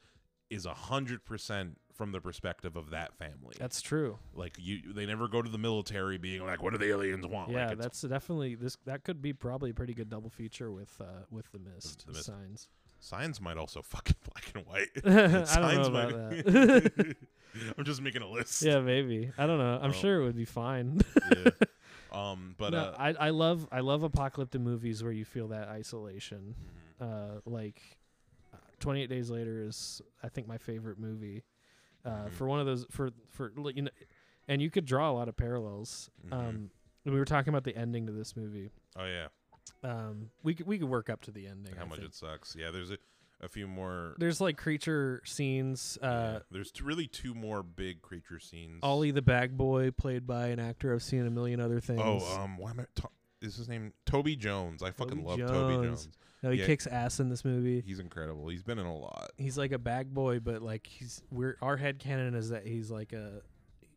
is a hundred percent from the perspective of that family. That's true. like you, they never go to the military being like, "What do the aliens want?" yeah, like it's, that's definitely this. That could be probably a pretty good double feature with uh with the mist The Mist. signs. Signs might also fucking black and white. I Signs don't know about might- that. I'm just making a list. yeah, maybe. I don't know. I'm Oh. sure it would be fine. Yeah. Um, but no, uh, I I love I love apocalyptic movies where you feel that isolation. mhm. Uh, like uh, 28 Days Later is I think my favorite movie. Uh, Mhm. for one of those for for li- you know, and you could draw a lot of parallels. Mhm. Um, we were talking about the ending to this movie. oh yeah, Um, we could we could work up to the ending. how I much think. it sucks. Yeah, there's a, a few more. There's like creature scenes. Uh, yeah. There's t- really two more big creature scenes. Ollie the bag boy, played by an actor I've seen in a million other things. Oh, um, why am I? To- is his name Toby Jones? I fucking Toby love Toby Jones. Jones. no, he yeah. kicks ass in this movie. He's incredible. He's been in a lot. He's like a bag boy, but like he's we're our head canon is that he's like a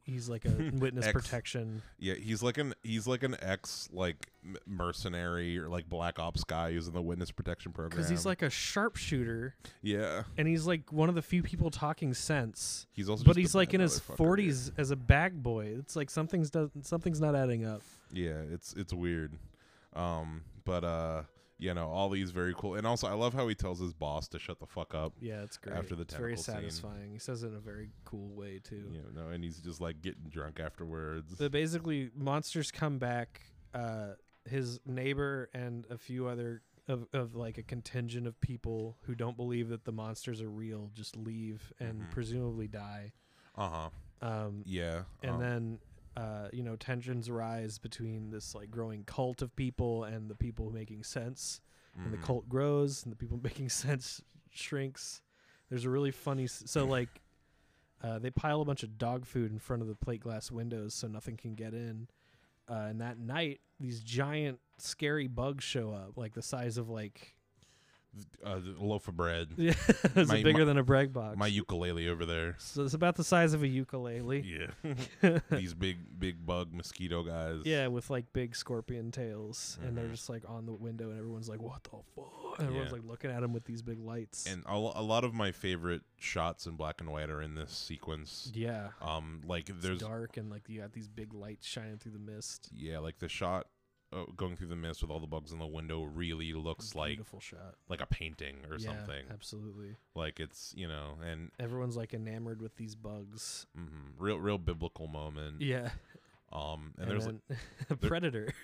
he's like a witness Ex- protection. Yeah, he's like an he's like an ex like m- mercenary or like black ops guy who's in the witness protection program. because he's like a sharpshooter yeah, and he's like one of the few people talking sense he's also but just a he's like bad in his motherfucker, yeah. 40s as a bag boy it's like something's doesn't something's not adding up Yeah, it's it's weird, um, but uh, you know, all these very cool, and also I love how he tells his boss to shut the fuck up. yeah it's great After the it's very tentacle scene. satisfying he says it in a very cool way too You know, and he's just like getting drunk afterwards. but basically monsters come back uh his neighbor and a few other of, of like a contingent of people who don't believe that the monsters are real just leave and Mhm. presumably die Uh huh. um Yeah. and um, then uh, you know tensions rise between this like growing cult of people and the people making sense and the mhm. cult grows and the people making sense shrinks there's a really funny s- so like uh, they pile a bunch of dog food in front of the plate glass windows so nothing can get in uh, and that night these giant scary bugs show up like the size of like uh, the loaf of bread. yeah it's My- bigger my- than a bread box My ukulele over there. so it's about the size of a ukulele Yeah. These big big bug mosquito guys. Yeah, with like big scorpion tails, and they're Mhm. just like on the window, and everyone's like, "What the fuck?" And everyone's Yeah. like looking at him with these big lights. And a, lo- a lot of my favorite shots in black and white are in this sequence. yeah, Um, like it's there's dark, and like you got these big lights shining through the mist. yeah, like the shot uh, going through the mist with all the bugs in the window really looks like Beautiful shot like a painting or Yeah, something. Absolutely, Like it's you know, and everyone's like enamored with these bugs. mhm, real real biblical moment. Yeah, Um, Mm. and, and, there's then a predator.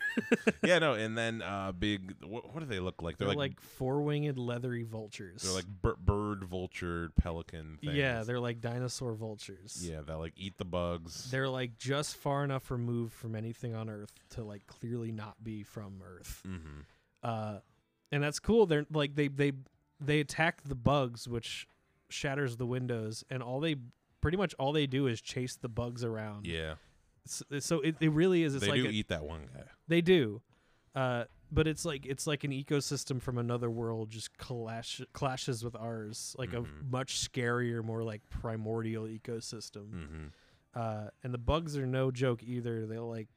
like- yeah no, and then uh, big what, what do they look like? They're, like, four winged leathery vultures. they're like bir- bird, vulture, pelican. Things. yeah, they're like dinosaur vultures. yeah, that like eat the bugs. They're like just far enough removed from anything on Earth to like clearly not be from Earth. hmm uh, and that's cool. They're like they they they attack the bugs, which shatters the windows, and all they pretty much all they do is chase the bugs around. Yeah, S- So, it, it really is. It's they like do e-, a- eat that one guy. they do, uh, but it's like it's like an ecosystem from another world just clash clashes with ours, like Mhm. a much scarier, more like primordial ecosystem hmm uh, and the bugs are no joke either. They'll like,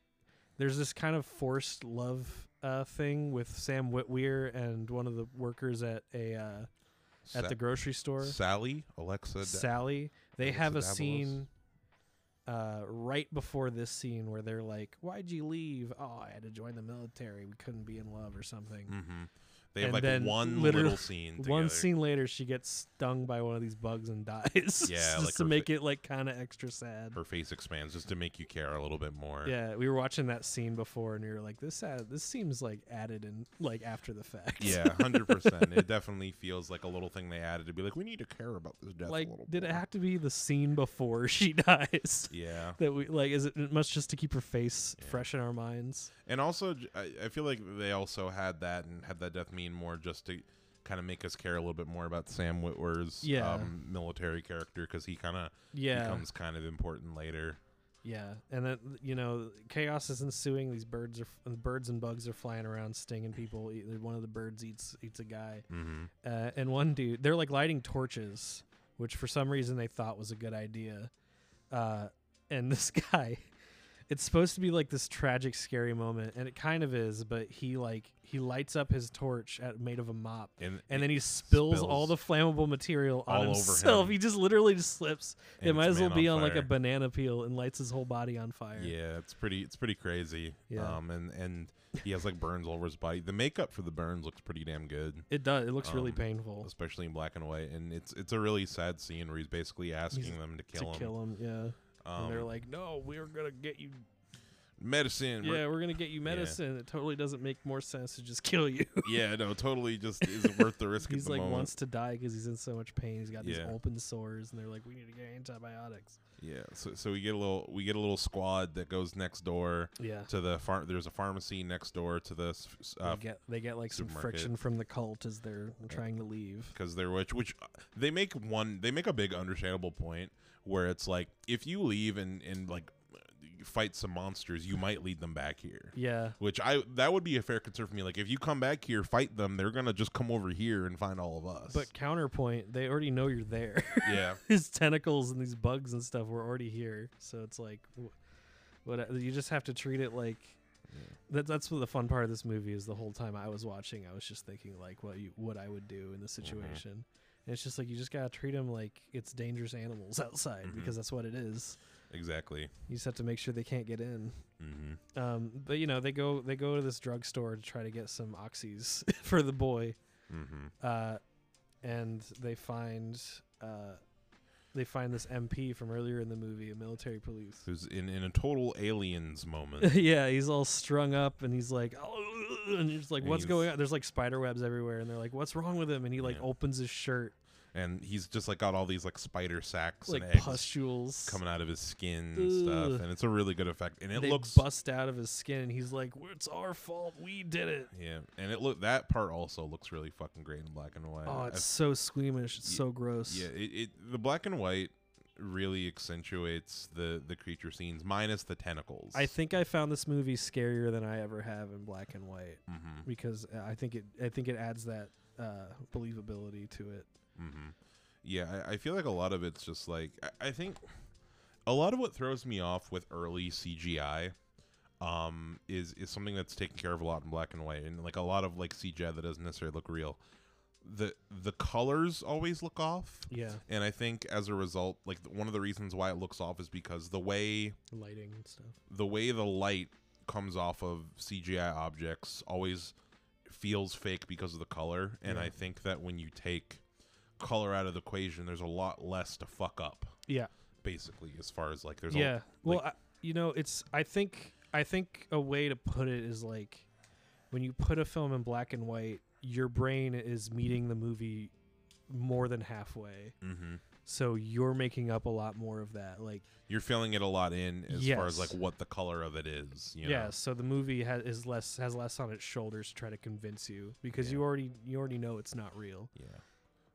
there's this kind of forced love uh, thing with Sam Whitweir and one of the workers at a uh, at the grocery store, Sally, Alexa, Da- Sally. They Alexa have a Davalos? scene uh, right before this scene where they're like, "Why'd you leave? Oh, I had to join the military. We couldn't be in love or something." Mm-hmm. They have And like then one literally- little scene. Together. One scene later, she gets stung by one of these bugs and dies. just Yeah, like to her make fa- it like kind of extra sad. Her face expands just to make you care a little bit more. Yeah, we were watching that scene before, and we were like, "This ad- this seems like added in like after the fact." Yeah, hundred percent. It definitely feels like a little thing they added to be like, we need to care about this death. like, a little did it more." have to be the scene before she dies? Yeah, That we like, is it much just to keep her face Yeah. fresh in our minds? and also j- I, I feel like they also had that and had that death mean more just to kind of make us care a little bit more about Sam Whitwer's Yeah. um, military character because he kind of Yeah, becomes kind of important later. yeah. And then you know, chaos is ensuing. These birds are f- birds and bugs are flying around, stinging people. Either one of the birds eats eats a guy, Mm-hmm. uh, and one dude they're like lighting torches, which for some reason they thought was a good idea. Uh, and this guy, it's supposed to be like this tragic, scary moment, and it kind of is. But he like he lights up his torch at, made of a mop, And, and then he spills, Spills. all the flammable material on All over himself. him. He just literally just slips. And it might it's as well man be on on, like a fire. banana peel and lights his whole body on fire. yeah, it's pretty it's pretty crazy. Yeah. Um, and and he has like burns all over his body. The makeup for the burns looks pretty damn good. It does. It looks really Um, painful especially in black and white and it's it's a really sad scene where he's basically asking them to kill to him kill him. Yeah, Um, and they're like, "No, we're gonna get you medicine Yeah, we're- we're gonna get you medicine. It totally doesn't make more sense to just kill you. yeah no totally just isn't worth the risk at he's the like moment wants to die because he's in so much pain. He's got these Yeah. open sores, and they're like, we need to get antibiotics. yeah so, so we get a little we get a little squad that goes next door Yeah, to the farm there's a pharmacy next door to the s- s- uh, they get they get like some supermarket. friction from the cult as they're trying to leave. because they're which which uh, they make one they make a big understandable point where it's like if you leave and and like fight some monsters you might lead them back here Yeah, which I that would be a fair concern for me. Like if you come back here, fight them, they're gonna just come over here and find all of us. but counterpoint, they already know you're there. yeah, His tentacles and these bugs and stuff were already here, so it's like, wh- what uh, you just have to treat it like. That, that's what the fun part of this movie is. The whole time I was watching, I was just thinking like what you what I would do in this situation. And it's just like you just gotta treat them like it's dangerous animals outside Mhm. because that's what it is. exactly. You just have to make sure they can't get in. Mm-hmm. Um, but you know they go they go to this drugstore to try to get some oxys for the boy, Mm-hmm. uh, and they find uh, they find this MP from earlier in the movie, a military police. Who's in in a total aliens moment? yeah, he's all strung up and he's like, "Oh," and he's like, And what's he's- going on? There's like spider webs everywhere, and they're like, what's wrong with him? And he like Yeah. opens his shirt, and he's just like got all these like spider sacks like and eggs pustules coming out of his skin and stuff, Ugh. and it's a really good effect. And it they looks bust out of his skin, and he's like, it's our fault, we did it. yeah, and it look that part also looks really fucking great in black and white. Oh, I it's so squeamish. It's Ye- so gross. Yeah, it, it the black and white really accentuates the the creature scenes minus the tentacles. I think I found this movie scarier than I ever have in black and white Mm-hmm. because uh, I think it I think it adds that uh, believability to it. Mm-hmm. Yeah, I, I feel like a lot of it's just like I, I think a lot of what throws me off with early CGI um, is is something that's taken care of a lot in black and white, and like a lot of like CGI that doesn't necessarily look real. The the colors always look off, Yeah, and I think as a result, like one of the reasons why it looks off is because the way lighting and stuff. the way the light comes off of CGI objects always feels fake because of the color. And Yeah. I think that when you take color out of the equation, there's a lot less to fuck up, Yeah, basically, as far as like there's yeah. well, like- I, you know, it's I think I think a way to put it is like when you put a film in black and white, your brain is meeting the movie more than halfway. a mm-hmm. So you're making up a lot more of that. Like you're filling it a lot in as far as like Yes. what the color of it is. You know? yeah, so the movie has is less has less on its shoulders to try to convince you because Yeah. you already you already know it's not real. Yeah.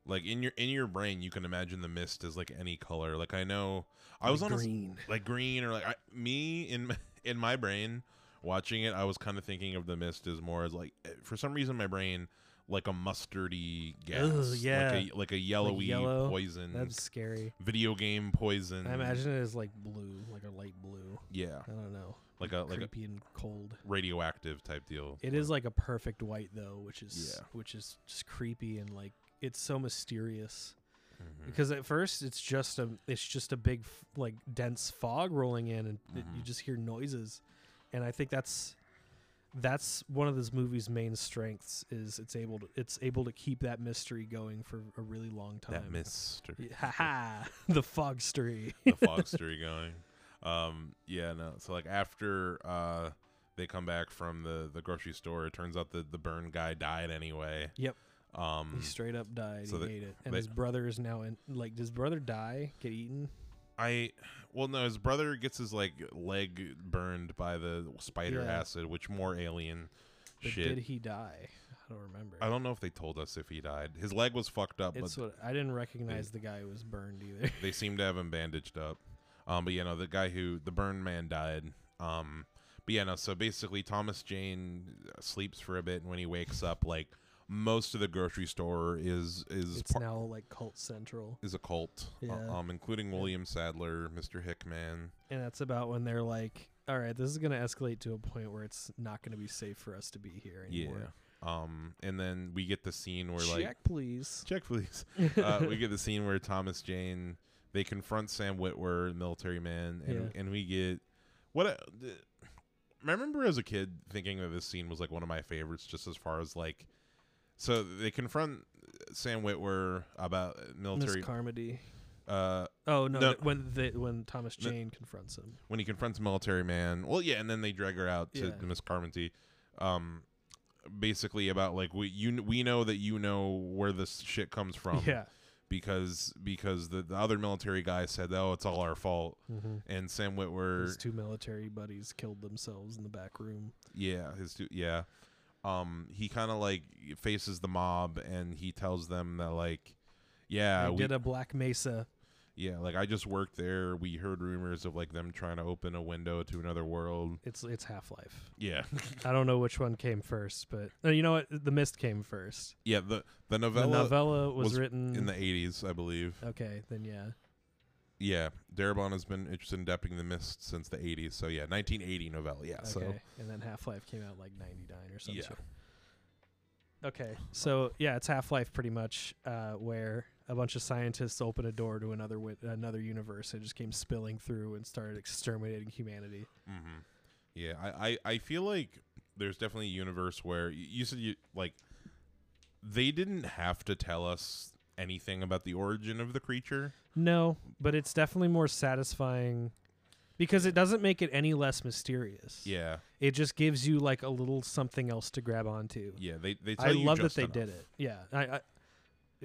Like in your in your brain, you can imagine the mist as like any color. Like I know I was on a s- green. like green or like I, me in m- in my brain watching it i was kind of thinking of the mist as more as like eh, for some reason my brain like a mustardy gas Ugh, yeah. like a, like a yellowy yellow. poison That's scary. video game poison I imagine it is like blue, like a light blue. yeah I don't know, like a like a creepy and cold. radioactive type deal It is like a perfect white though, which is Yeah. which is just creepy and like it's so mysterious. Mhm. because at first it's just a it's just a big f- like dense fog rolling in and th- Mm-hmm. you just hear noises and i think that's that's one of this movie's main strengths is it's able to it's able to keep that mystery going for a really long time That mister. Y- ha ha the fogstery the fogstery going. Um, yeah, no. So like after uh, they come back from the the grocery store, it turns out that the burn guy died anyway. Yep. Um, he straight up died So he they- ate it and they- his brother is now in like does brother die get eaten I well no, his brother gets his like leg burned by the spider Yeah. acid, which more alien but shit. did he die i don't remember I don't know if they told us if he died. His leg was fucked up, it's but what i didn't recognize the guy who was burned either they seem to have him bandaged up. Um, but yeah, no, the guy who the burn man died. Um, but yeah, no. So basically, Thomas Jane sleeps for a bit, and when he wakes up, like most of the grocery store is is it's par- now like cult central is a cult, uh, Yeah. um, including William Sadler, Mr. Hickman. and that's about when they're like all right this is going to escalate to a point where it's not going to be safe for us to be here anymore Um, and then we get the scene where check like please check please. uh, we get the scene where Thomas Jane they confront Sam Whitwer, military man, and, and we get what a- th- I remember as a kid thinking that this scene was like one of my favorites, just as far as like. So they confront Sam Whitwer about uh, miss military. carmody Uh, oh no, No. th- when the when thomas No. jane confronts him when he confronts military man. Well, yeah, and then they drag her out to Yeah. Miss Carmody. Um, basically about like we you kn- we know that you know where this shit comes from. yeah Because because the, the other military guy said, "Oh, it's all our fault." mm-hmm. and Sam Witwer. his two military buddies killed themselves in the back room yeah, his two, yeah. Um, he kind of like faces the mob and he tells them that like, yeah, we Uh, we, did a black mesa yeah, like I just worked there. We heard rumors of like them trying to open a window to another world. it's it's half-life Yeah, i don't know which one came first but uh, you know what the mist came first yeah. The the novella, the novella was, was written in the eighties, I believe. okay then yeah Yeah, Darabont has been interested in adapting the mist since the eighties. So yeah, nineteen eighty novella. Yeah, Okay. so and then Half Life came out like ninety nine or something. Yeah. Okay. So yeah, it's Half Life pretty much, uh, where a bunch of scientists open a door to another wi- another universe and just came spilling through and started exterminating humanity. Mm-hmm. Yeah, I, I, I feel like there's definitely a universe where y- you said you like they didn't have to tell us anything about the origin of the creature. No, but it's definitely more satisfying because it doesn't make it any less mysterious. Yeah, It just gives you like a little something else to grab onto. yeah. They they. Tell I you love that just they enough. did it. Yeah, I, I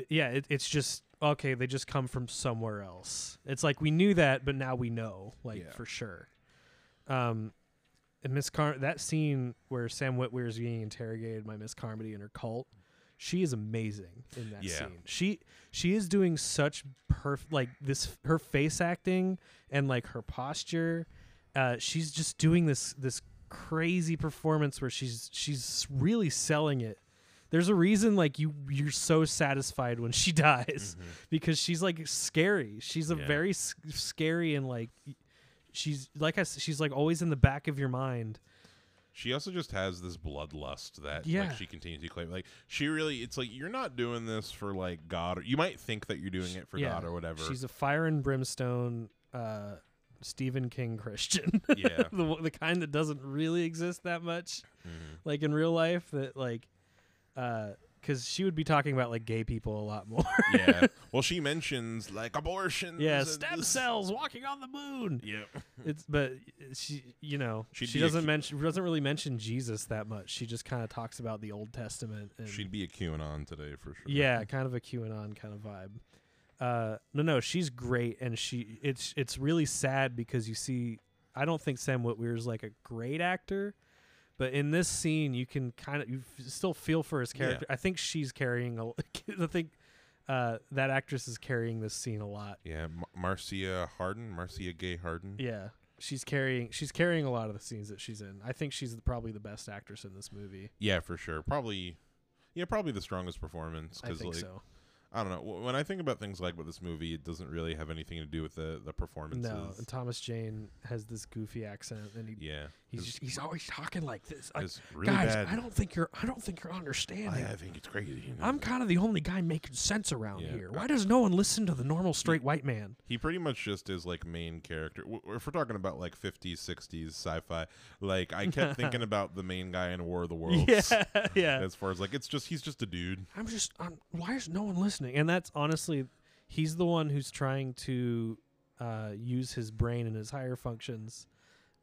yeah, it, it's just okay. They just come from somewhere else. It's like we knew that, but now we know, like Yeah. for sure. Um, and Miss Car that scene where Sam Witwer is being interrogated by Miss Carmody and her cult, she is amazing in that Yeah. scene. She she is doing such perfect like this her face acting and like her posture. Uh, she's just doing this this crazy performance where she's she's really selling it. There's a reason like you you're so satisfied when she dies because she's like scary. She's a Mm-hmm. Yeah. very s- scary and like she's like I s- she's like always in the back of your mind. She also just has this bloodlust that Yeah. like she continues to claim. Like she really, it's like you're not doing this for like God. Or, you might think that you're doing it for yeah, God or whatever. She's a fire and brimstone uh, Stephen King Christian, yeah, the one- the kind that doesn't really exist that much, Mm-hmm. like in real life. That like, because she would be talking about like gay people a lot more. yeah. Well, she mentions like abortion. yeah, stem cells walking on the moon. Yep. It's but she, you know, She'd she be a doesn't cu- mention doesn't really mention Jesus that much. She just kind of talks about the Old Testament. And She'd be a QAnon today for sure. Yeah, kind of a QAnon kind of vibe. Uh, no, no, she's great, and she it's it's really sad because you see, I don't think Sam Witwer is like a great actor, but in this scene you can kind of you f- still feel for his character. I think she's carrying a. I think uh, that actress is carrying this scene a lot. Yeah, Mar- Marcia Harden, Marcia Gay Harden. Yeah, she's carrying she's carrying a lot of the scenes that she's in. I think she's probably the best actress in this movie. Yeah, for sure. Probably, yeah, probably the strongest performance I because think like so. I don't know. Wh- When I think about things like with this movie, it doesn't really have anything to do with the the performances. No, and Thomas Jane has this goofy accent, and he yeah, he's it's- just, he's always talking like this. I, it's really guys, bad. I don't think you're I don't think you're understanding. I, I think it's crazy. you know. I'm kind of the only guy making sense around Yeah. here. Why does no one listen to the normal straight white man? He pretty much just is like main character. W- If we're talking about like 50s, 60s sci-fi, like I kept thinking about the main guy in War of the Worlds. yeah. As far as like, it's just he's just a dude. I'm just I'm, why is no one listening? And that's honestly he's the one who's trying to uh, use his brain and his higher functions.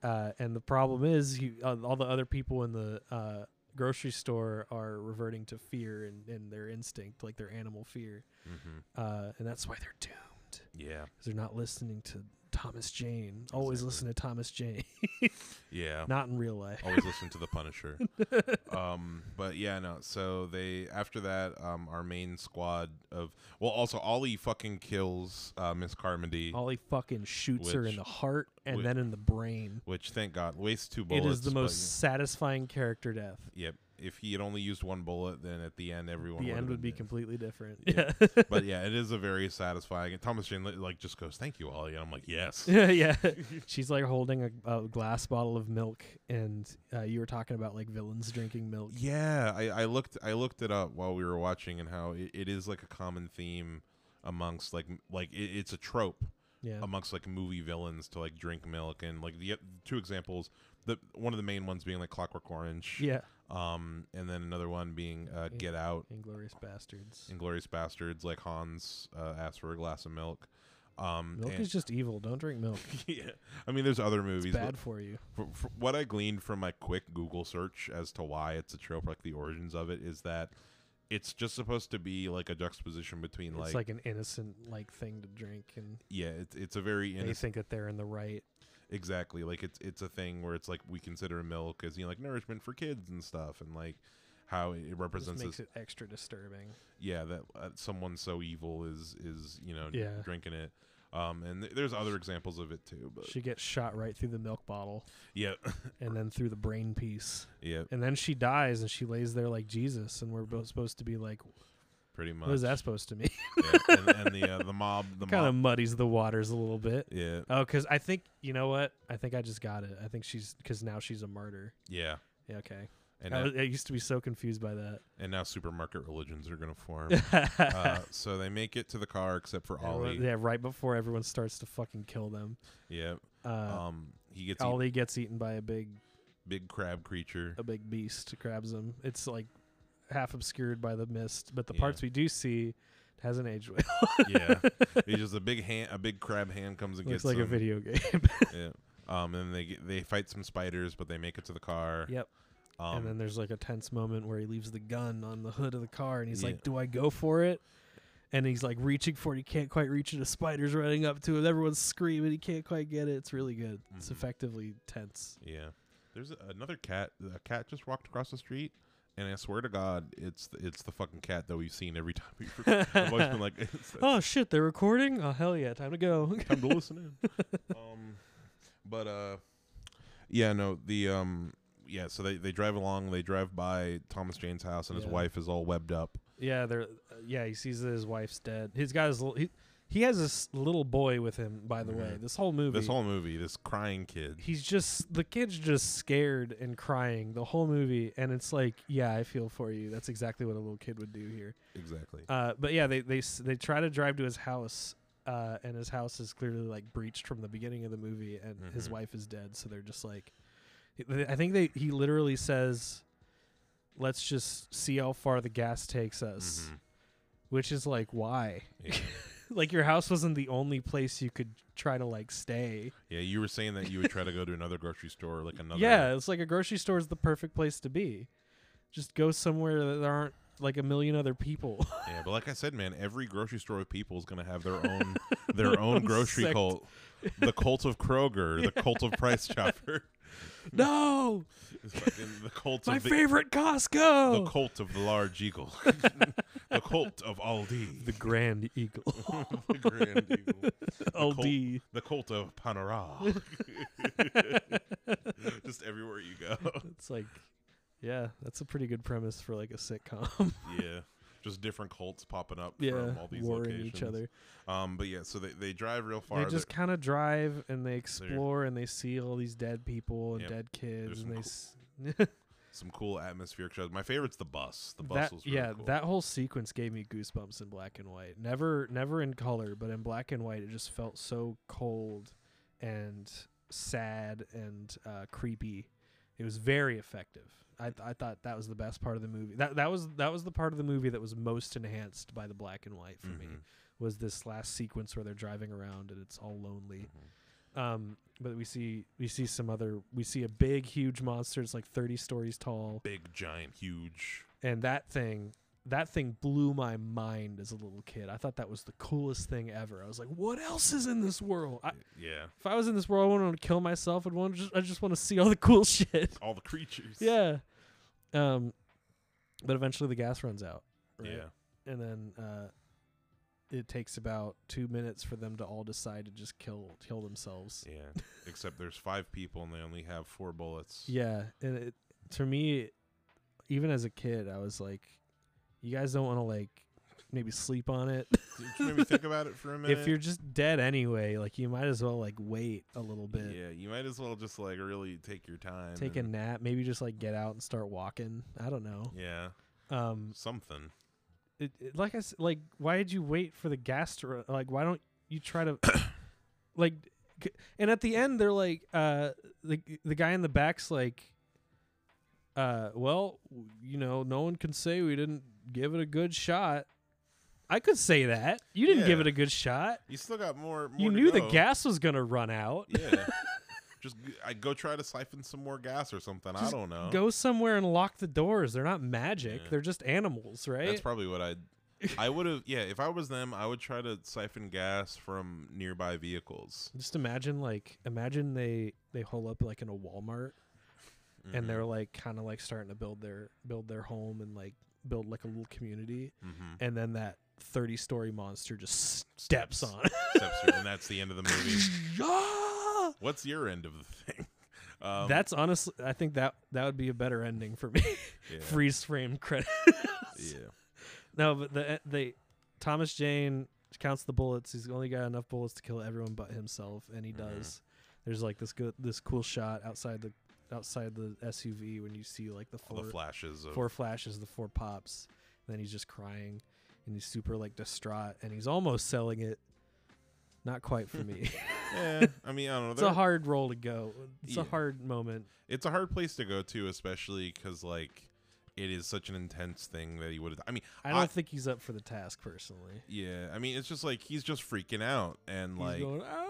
Uh, and the problem is he, uh, all the other people in the uh, grocery store are reverting to fear and, and their instinct, like their animal fear. Mm-hmm. Uh, and that's why they're doomed. Yeah, 'cause they're not listening to Thomas Jane. Always Exactly. listen to Thomas Jane. yeah. not in real life. Always listen to the Punisher. um, but yeah, no. So they after that, um, our main squad of well, also Ollie fucking kills uh, Miss Carmody, Ollie fucking shoots her Which- in the heart and which- then in the brain. which thank God wastes two bullets. It is the but- most satisfying character death. Yep. If he had only used one bullet, then at the end everyone the would've end would been be dead. completely different. Yeah. Yeah. but yeah, it is a very satisfying. And Thomas Jane li- like just goes, "Thank you, Ollie," and I'm like, "Yes." yeah. She's like holding a, a glass bottle of milk, and uh, you were talking about like villains drinking milk. yeah, I, I looked I looked it up while we were watching, and how it, it is like a common theme amongst like m- like it, it's a trope Yeah. amongst like movie villains to like drink milk and like the o- two examples the one of the main ones being like Clockwork Orange, yeah. um, and then another one being uh, Yeah. Get Out, Inglorious Bastards. Inglorious Bastards, like Hans uh, asked for a glass of milk. Um, Milk and- is just evil. Don't drink milk. yeah. I mean, there's other movies. It's but- bad for you. fr- fr- what I gleaned from my quick Google search as to why it's a trope, like the origins of it, is that it's just supposed to be like a juxtaposition between like, it's like an innocent like thing to drink, and yeah, it's it's a very they innocent think that they're in the right. exactly like it's it's a thing where it's like we consider milk as you know like nourishment for kids and stuff, and like how it This represents makes this it extra disturbing. yeah that uh, someone so evil is is you know Yeah. drinking it. Um, and th- there's other examples of it too, but She gets shot right through the milk bottle yeah, and then through the brain piece. yeah, And then she dies and she lays there like Jesus, and we're Mm-hmm. both supposed to be like, pretty much. what is that supposed to mean? Yeah, and, and the uh, the mob, the kind of mob, muddies the waters a little bit. yeah, Oh, because I think, you know what? I think I just got it. I think she's, because now she's a martyr. yeah, Yeah, okay. and I, that- was, I used to be so confused by that. and now supermarket religions are going to form. uh, so they make it to the car except for Everyone- Ollie. yeah, right before everyone starts to fucking kill them. Yeah. Uh, Um, he gets a Ollie gets eaten by a big, big crab creature. a big beast, grabs him. It's like half obscured by the mist, but the Yeah. parts we do see hasn't aged well. yeah. He's just a big hand, a big crab hand comes and Looks gets like a him. video game. Yeah. Um, and they get, they fight some spiders, but they make it to the car. Yep. Um, and then there's like a tense moment where he leaves the gun on the hood of the car and he's Yeah. like, Do I go for it? And he's like reaching for it. He can't quite reach it. A spider's running up to him. Everyone's screaming. He can't quite get it. It's really good. It's Mhm. effectively tense. yeah. There's another cat. A cat just walked across the street. And I swear to God, it's the, it's the fucking cat that we've seen every time we've. I've always been like, it's that Oh, shit. They're recording? Oh, hell yeah. Time to go. time to listen in. um, but uh, yeah, no, the um, yeah. So they they drive along. They drive by Thomas Jane's house, and Yeah. his wife is all webbed up. yeah, they're, uh, yeah, he sees that his wife's dead. He's got his little, he, he has this little boy with him, by the way. Mhm. Mm-hmm. This whole movie. This whole movie, this crying kid. He's just the kid's just scared and crying the whole movie, and it's like, yeah, I feel for you. That's exactly what a little kid would do here. Exactly. Uh, but yeah, they they s- they try to drive to his house, uh, and his house is clearly like breached from the beginning of the movie, and his Mhm. wife is dead. So they're just like, I think they he literally says, "Let's just see how far the gas takes us," Mhm. which is like, why? Yeah. like your house wasn't the only place you could try to like stay. yeah, you were saying that you would try to go to another grocery store, like another. Yeah, it's like a grocery store is the perfect place to be. Just go somewhere that there aren't like a million other people. Yeah, but like I said, man, every grocery store with people is gonna have their own their own own grocery sect. cult. The cult of Kroger, the cult of Price Chopper, no, It's fucking the cult my of the favorite Costco. the cult of the large eagle, the cult of Aldi, The Grand Eagle. the grand eagle, Old cult- D. the cult of Panera. Just everywhere you go. It's like, yeah, that's a pretty good premise for like a sitcom. yeah. just different cults popping up yeah, from all these warring locations. each other. Um, but yeah, so they, they drive real far. They They're- just kind of drive and they explore and they see all these dead people and Yep. dead kids There's and they. s some cool atmospheric shows. My favorite's the bus. The bus that, was really yeah, cool. that whole sequence gave me goosebumps in black and white. Never, never in color, but in black and white, it just felt so cold and sad and uh, creepy. It was very effective. I, th- I thought that was the best part of the movie. That that was that was the part of the movie that was most enhanced by the black and white for me. Mhm. Was this last sequence where they're driving around and it's all lonely. Mm-hmm. Um, but we see we see some other we see a big huge monster. It's like thirty stories tall big, giant, huge. and that thing that thing blew my mind as a little kid. I thought that was the coolest thing ever. I was like, "What else is in this world?" I, Yeah, if I was in this world, I want to kill myself. I'd want just, I just want to see all the cool shit. all the creatures. yeah. Um, but eventually the gas runs out. Right? yeah. And then uh, it takes about two minutes for them to all decide to just kill kill themselves. Yeah. Except there's five people and they only have four bullets. Yeah, and it to me, even as a kid, I was like, you guys don't want to like maybe sleep on it. Did you maybe think about it for a minute? if you're just dead anyway, like you might as well like wait a little bit, yeah, you might as well just like really take your time. take a and- nap, maybe just like get out and start walking. I don't know. yeah Um, something. it, it- like I s- like, why did you wait for the gas to run? Like, why don't you try to like? c- And at the end, they're like, uh, the the guy in the back's like, uh, well, w- you know, no one can say we didn't give it a good shot. I could say that you didn't give Yeah. it a good shot. You still got more. more You to knew the go. gas was gonna run out. Yeah. just g- I go try to siphon some more gas or something. I Just don't know. go somewhere and lock the doors. They're not magic. Yeah. They're just animals, right? That's probably what I'd. I would have. Yeah, if I was them, I would try to siphon gas from nearby vehicles. just imagine like imagine they they hole up like in a Walmart Mhm, and they're like kind of like starting to build their build their home and like build like a little community mhm. and then that 30 story monster just steps Steps. on it. Steps through, and that's the end of the movie. Ah! What's your end of the thing? Um, That's honestly I think that that would be a better ending for me. yeah, Freeze frame credits. yeah. No, but the eh, they Thomas Jane counts the bullets. He's only got enough bullets to kill everyone but himself, and he Mhm. does. There's like this good this cool shot outside the outside the SUV when you see like the All four the flashes of four flashes, the four pops. And then he's just crying, and he's super like distraught, and he's almost selling it. Not quite for me. Yeah, eh, I mean, I don't know. it's they're- a hard roll to go. It's a Yeah. hard moment. it's a hard place to go to, especially because like it is such an intense thing that he would have. I mean, I don't I- think he's up for the task personally. yeah, I mean, it's just like he's just freaking out and He's like going, "Ah!"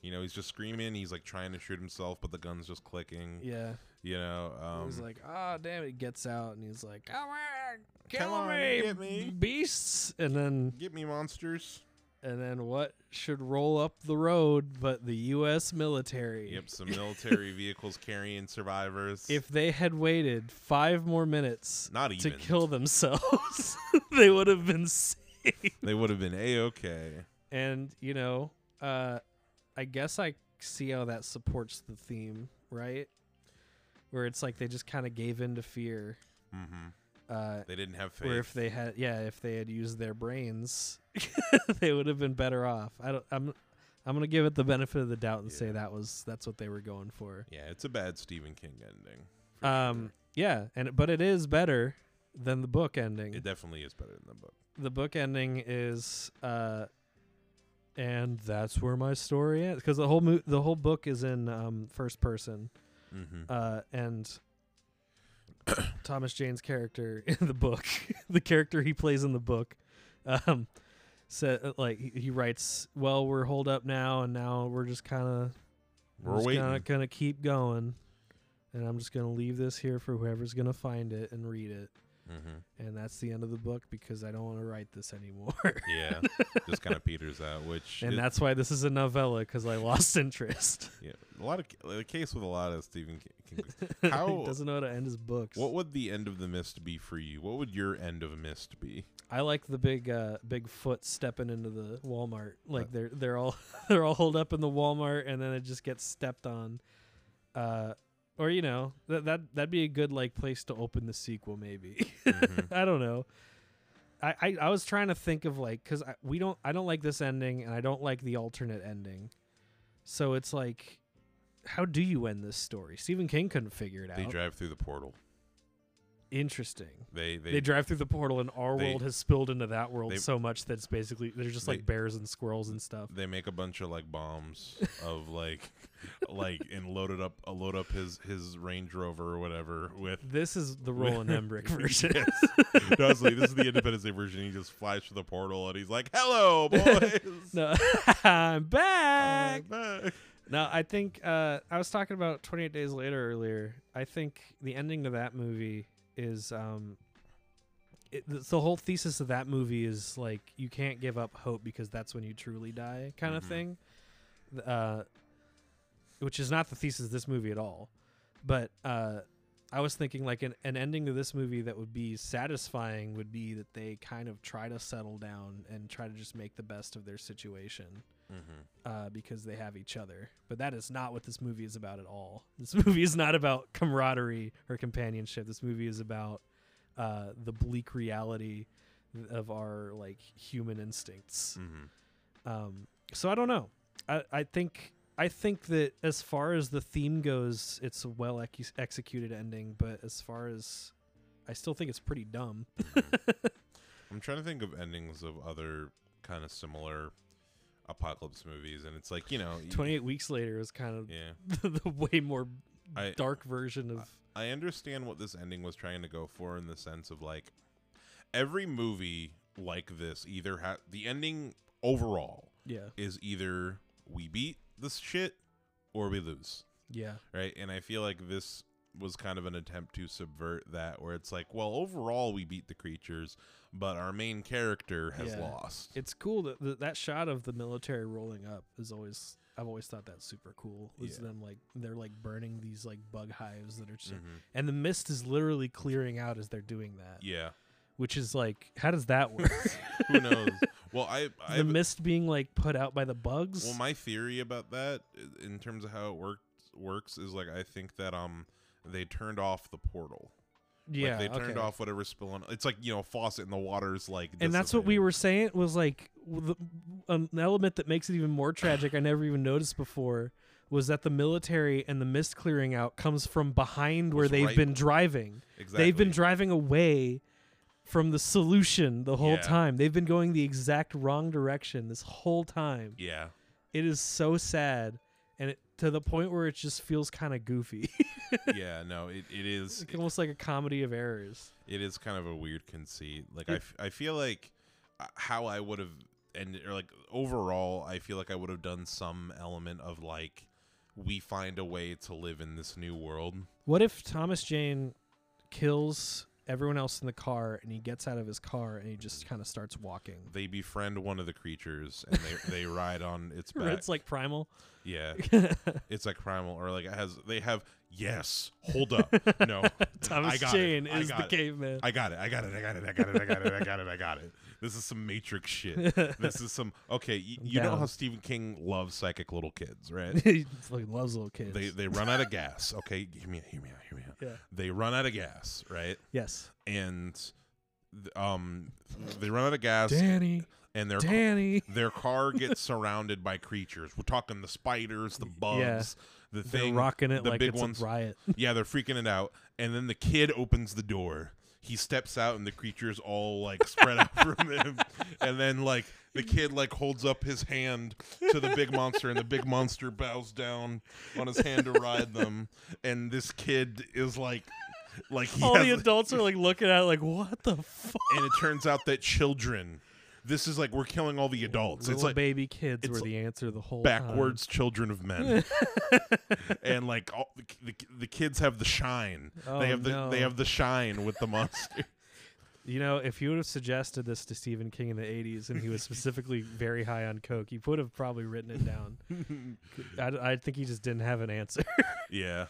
you know he's just screaming. He's like trying to shoot himself, but the gun's just clicking. Yeah. You know, um, he's like, oh, damn it. He gets out and he's like, come on, kill Come on, me, get me." beasts. And then, get me monsters. and then what should roll up the road but the U.S. military? Yep, some military vehicles carrying survivors. If they had waited five more minutes Not to even. kill themselves, they would have been safe. they would have been a okay. And, you know, uh, I guess I see how that supports the theme, right? Where it's like they just kind of gave in to fear. Mm-hmm. Uh, They didn't have faith. Or if they had, yeah, if they had used their brains, they would have been better off. I don't. I'm. I'm gonna give it the benefit of the doubt and say Yeah. that was that's what they were going for. yeah, it's a bad Stephen King ending. for Um. Yeah. And but it is better than the book ending. sure. it definitely is better than the book. the book ending is. Uh, and that's where my story ends because the whole mo- the whole book is in um, first person. Mm-hmm. uh, and Thomas Jane's character in the book, the character he plays in the book, um, said like he, he writes, "Well, we're holed up now, and now we're just kind of We're just waiting. gonna, gonna keep going, and I'm just gonna leave this here for whoever's gonna find it and read it." mm-hmm. And that's the end of the book because I don't want to write this anymore. Yeah, just kind of peters out. Which and it- that's why this is a novella because I lost interest. yeah, a lot of ca- the case with a lot of Stephen King. books. he How- doesn't know how to end his books. What would the end of the mist be for you? What would your end of mist be? I like the big uh big foot stepping into the Walmart. Like they're they're all they're all holed up in the Walmart and then it just gets stepped on. Uh or you know, that that that'd be a good like place to open the sequel maybe. Mhm. I don't know. I, I, I was trying to think of like because we don't I don't like this ending and I don't like the alternate ending, so it's like, how do you end this story? Stephen King couldn't figure it out. They drive through the portal. Interesting. They they, They, drive through the portal and our they- world has spilled into that world they- so much that it's basically there's just they- like bears and squirrels and stuff. they make a bunch of like bombs of like like and loaded up uh, load up his his Range Rover or whatever with This is the Roland Emmerich version. Yes. No, I was like, this is the Independence Day version. He just flies through the portal and he's like, "Hello, boys." No, I'm I'm back. back. No, I think uh, I was talking about 28 Days Later earlier. I think the ending to that movie is um, it, th- the whole thesis of that movie is like you can't give up hope because that's when you truly die, kind of Mhm. thing. Th- Uh, which is not the thesis of this movie at all. But uh, I was thinking like an, an ending to this movie that would be satisfying would be that they kind of try to settle down and try to just make the best of their situation Mm-hmm. uh, because they have each other. But that is not what this movie is about at all. This movie is not about camaraderie or companionship. This movie is about uh, the bleak reality of our like human instincts. Mm-hmm. Um, so I don't know. I, I think I think that as far as the theme goes, it's a well ex- executed ending. But as far as I still think it's pretty dumb. I'm trying to think of endings of other kind of similar apocalypse movies, and it's like you know, you- Twenty eight weeks later is kind of Mm. Yeah, the, way more I dark version of. I understand what this ending was trying to go for in the sense of like every movie like this either ha- the ending overall yeah, is either we beat this shit or we lose. yeah, right? And I feel like this was kind of an attempt to subvert that, where it's like, well, overall we beat the creatures, but our main character has Yeah. lost. it's cool that that, that shot of the military rolling up is always I've always thought that's super cool. Is Yeah. them like they're like burning these like bug hives that are just Mhm. and the mist is literally clearing out as they're doing that, Yeah, which is like how does that work? who knows? well, I, I the mist being like put out by the bugs. well, my theory about that, i- in terms of how it worked works, is like I think that um they turned off the portal. like, yeah, they turned okay. off whatever's spilling. It's like you know, faucet in the waters, like. And that's what we dissipating. were saying was like w- the, um, an element that makes it even more tragic. I never even noticed before was that the military and the mist clearing out comes from behind where Was they've right- been driving. Exactly. They've been driving away from the solution the whole Yeah. time. They've been going the exact wrong direction this whole time. yeah. It is so sad and it, to the point where it just feels kind of goofy. Yeah. No. It, it is. it's almost like a comedy of errors. It is kind of a weird conceit. Like I, It- f- I feel like uh, how I would have ended, or like overall, I feel like I would have done some element of like we find a way to live in this new world. What if Thomas Jane kills everyone else in the car and he gets out of his car and he just kind of starts walking? They befriend one of the creatures and they they ride on its back. Red's like primal. yeah, it's like primal or like it has they have yes. Hold up, no, I Thomas got Jane it. I is got the it. caveman. I got it. I got it. I got it. I got it. I got it. I got it. I got it. This is some Matrix shit. This is some okay. You, you know down. how Stephen King loves psychic little kids, right? he fucking loves little kids. They they run out of gas. Okay, hear me out. Hear me out. Hear me out. Yeah. They run out of gas, right? yes. And th- um, they run out of gas, Danny. and their Danny. their car gets surrounded by creatures. We're talking the spiders, the bugs, the thing, They're rocking it the like big it's ones. a riot. Yeah, they're freaking it out. And then the kid opens the door. He steps out, and the creatures all like spread out from him. And then like the kid like holds up his hand to the big monster, and the big monster bows down on his hand to ride them. And this kid is like, like he All has, the adults are like looking at it like, what the fuck? and it turns out that children. This is like we're killing all the adults. Little it's like baby kids it's were like the answer the whole time. backwards children of men and like all the, the, the kids have the shine Oh, they have the no. they have the shine with the monster You know, if you would have suggested this to Stephen King in the '80s, and he was specifically very high on coke, he would have probably written it down. I, I think he just didn't have an answer. yeah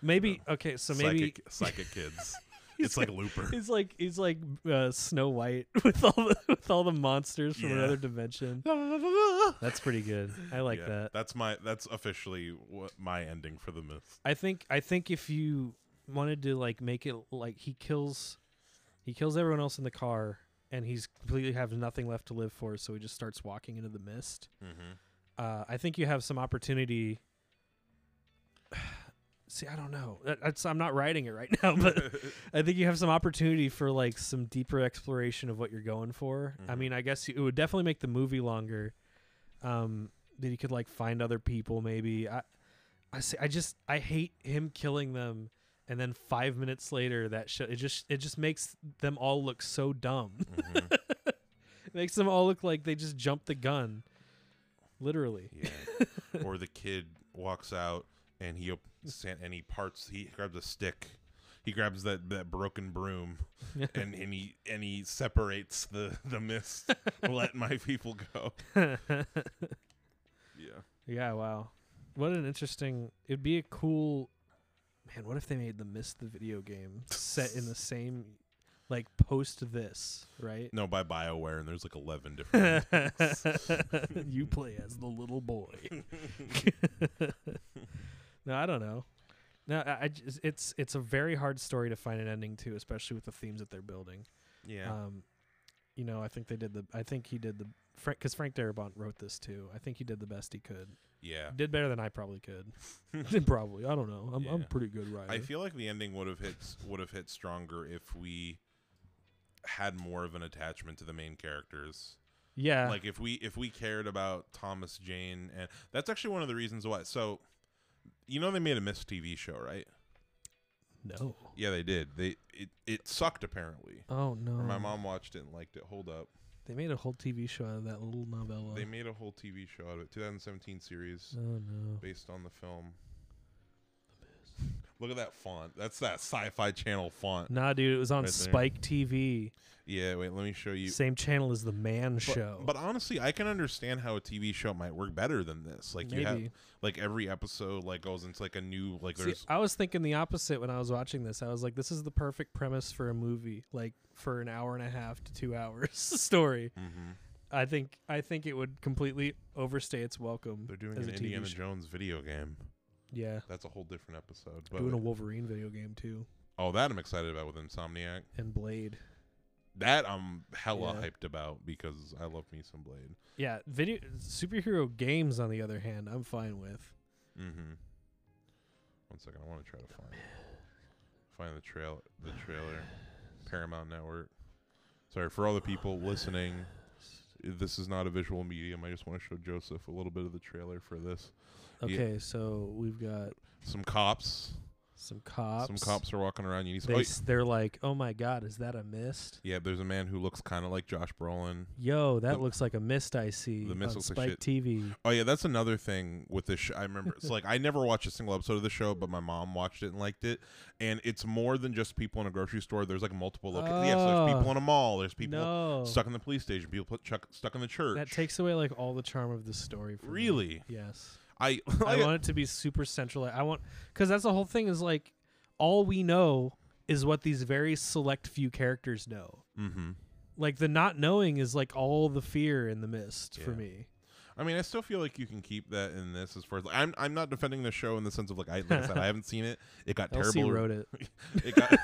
maybe okay, so maybe psychic, psychic kids it's like looper he's like he's like uh, Snow White with all the with all the monsters from Yeah. another dimension. That's pretty good. I like Yeah, that. that's my that's officially what my ending for the myth I think I think if you wanted to like make it like he kills he kills everyone else in the car and he's completely have nothing left to live for, so he just starts walking into the mist. Mm-hmm. Uh, I think you have some opportunity. See, I don't know. That- That's, I'm not writing it right now, but I think you have some opportunity for like some deeper exploration of what you're going for. I Mhm. mean, I guess it would definitely make the movie longer. Um, that you could like find other people, maybe. I, I s- I just I hate him killing them, and then five minutes later that show it just it just makes them all look so dumb. Mhm. it makes them all look like they just jumped the gun, literally. Yeah. or the kid walks out and he op- san- and he parts. He grabs a stick. He grabs that, that broken broom and, and he and he separates the the mist. Let my people go. Yeah. Yeah, wow. What an interesting. It'd be a cool. Man, what if they made the Mist the video game set in the same, like post this, right? No, by Bioware, and there's like eleven different. you play as the little boy. no, I don't know. No, I, I just, it's it's a very hard story to find an ending to, especially with the themes that they're building. yeah. Um, you know, I think they did the. I think he did the. Frank, because Frank Darabont wrote this too. I think he did the best he could. yeah. Did better than I probably could. probably. I don't know. I'm, I'm Yeah. a pretty good writer. I feel like the ending would have hit would have hit stronger if we had more of an attachment to the main characters. yeah. like if we if we cared about Thomas Jane and that's actually one of the reasons why. So you know they made a Mist TV show, right? no. Yeah, they did. They it it sucked apparently. Oh no. Or my mom watched it and liked it. Hold up. They made a whole TV show out of that little novella. They made a whole TV show out of it. 2017 series oh no. based on the film. Look at that font. That's that Sci-Fi Channel font. Nah, dude, it was on Right there. Spike TV, Yeah, wait, let me show you. same channel as the Man But, Show. but honestly, I can understand how a TV show might work better than this. Like you have Maybe. like every episode like goes into like a new like See, there's I was thinking the opposite when I was watching this. I was like, this is the perfect premise for a movie, like for an hour and a half to two hours story. Mhm. I think I think it would completely overstay its welcome. They're doing as an a TV Indiana show. Jones video game. Yeah, That's a whole different episode. doing a But Wolverine video game too, oh, that I'm excited about with Insomniac. and Blade. That I'm hella Yeah. hyped about because I love me some Blade. Yeah, video superhero games on the other hand, I'm fine with. Mm-hmm. One second, I want to try to find find the trail the trailer. Paramount Network. Sorry for all the people listening. This is not a visual medium. I just want to show Joseph a little bit of the trailer for this. Yeah. Okay, so we've got Some cops. some cops. Some cops are walking around. You need some. They oh, s- they're like, "Oh my god, is that a mist?" yeah, there's a man who looks kind of like Josh Brolin. Yo, that The- looks like a mist I see the mist on looks like Spike shit. TV. Oh yeah, that's another thing with this. Sh- I remember it's like I never watched a single episode of the show, but my mom watched it and liked it. And it's more than just people in a grocery store. There's like multiple locations. Yeah, so there's Oh. people in a mall. There's people no, stuck in the police station. People put chuck, stuck in the church. that takes away like all the charm of the story. For me. really. Yes, I I want it to be super central. I want because that's the whole thing is like all we know is what these very select few characters know. hmm Like the not knowing is like all the fear in the mist for Yeah. me. I mean, I still feel like you can keep that in this as far as like, I'm. I'm not defending the show in the sense of like I like I said I haven't seen it. It got Elsie terrible. wrote it. it got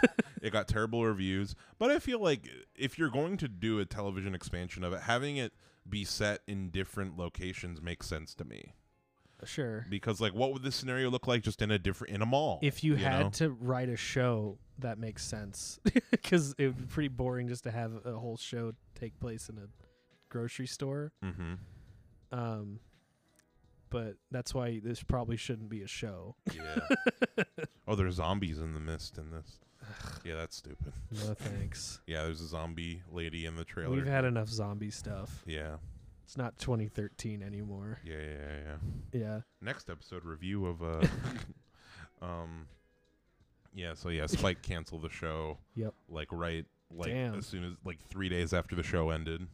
it got terrible reviews. But I feel like if you're going to do a television expansion of it, having it be set in different locations makes sense to me. Sure. Because like what would this scenario look like just in a different in a mall? if you, had know? to write a show that makes sense because it would be pretty boring just to have a whole show take place in a grocery store Mhm. um but that's why this probably shouldn't be a show Yeah. oh, there's zombies in the mist in this. Yeah, that's stupid. no thanks Yeah, there's a zombie lady in the trailer. we've had enough zombie stuff yeah. it's not 2013 anymore Yeah, yeah, yeah, yeah. yeah Next episode review of uh um yeah, so yeah, Spike canceled the show. Yep. Like right like Damn. as soon as like 3 days after the show ended.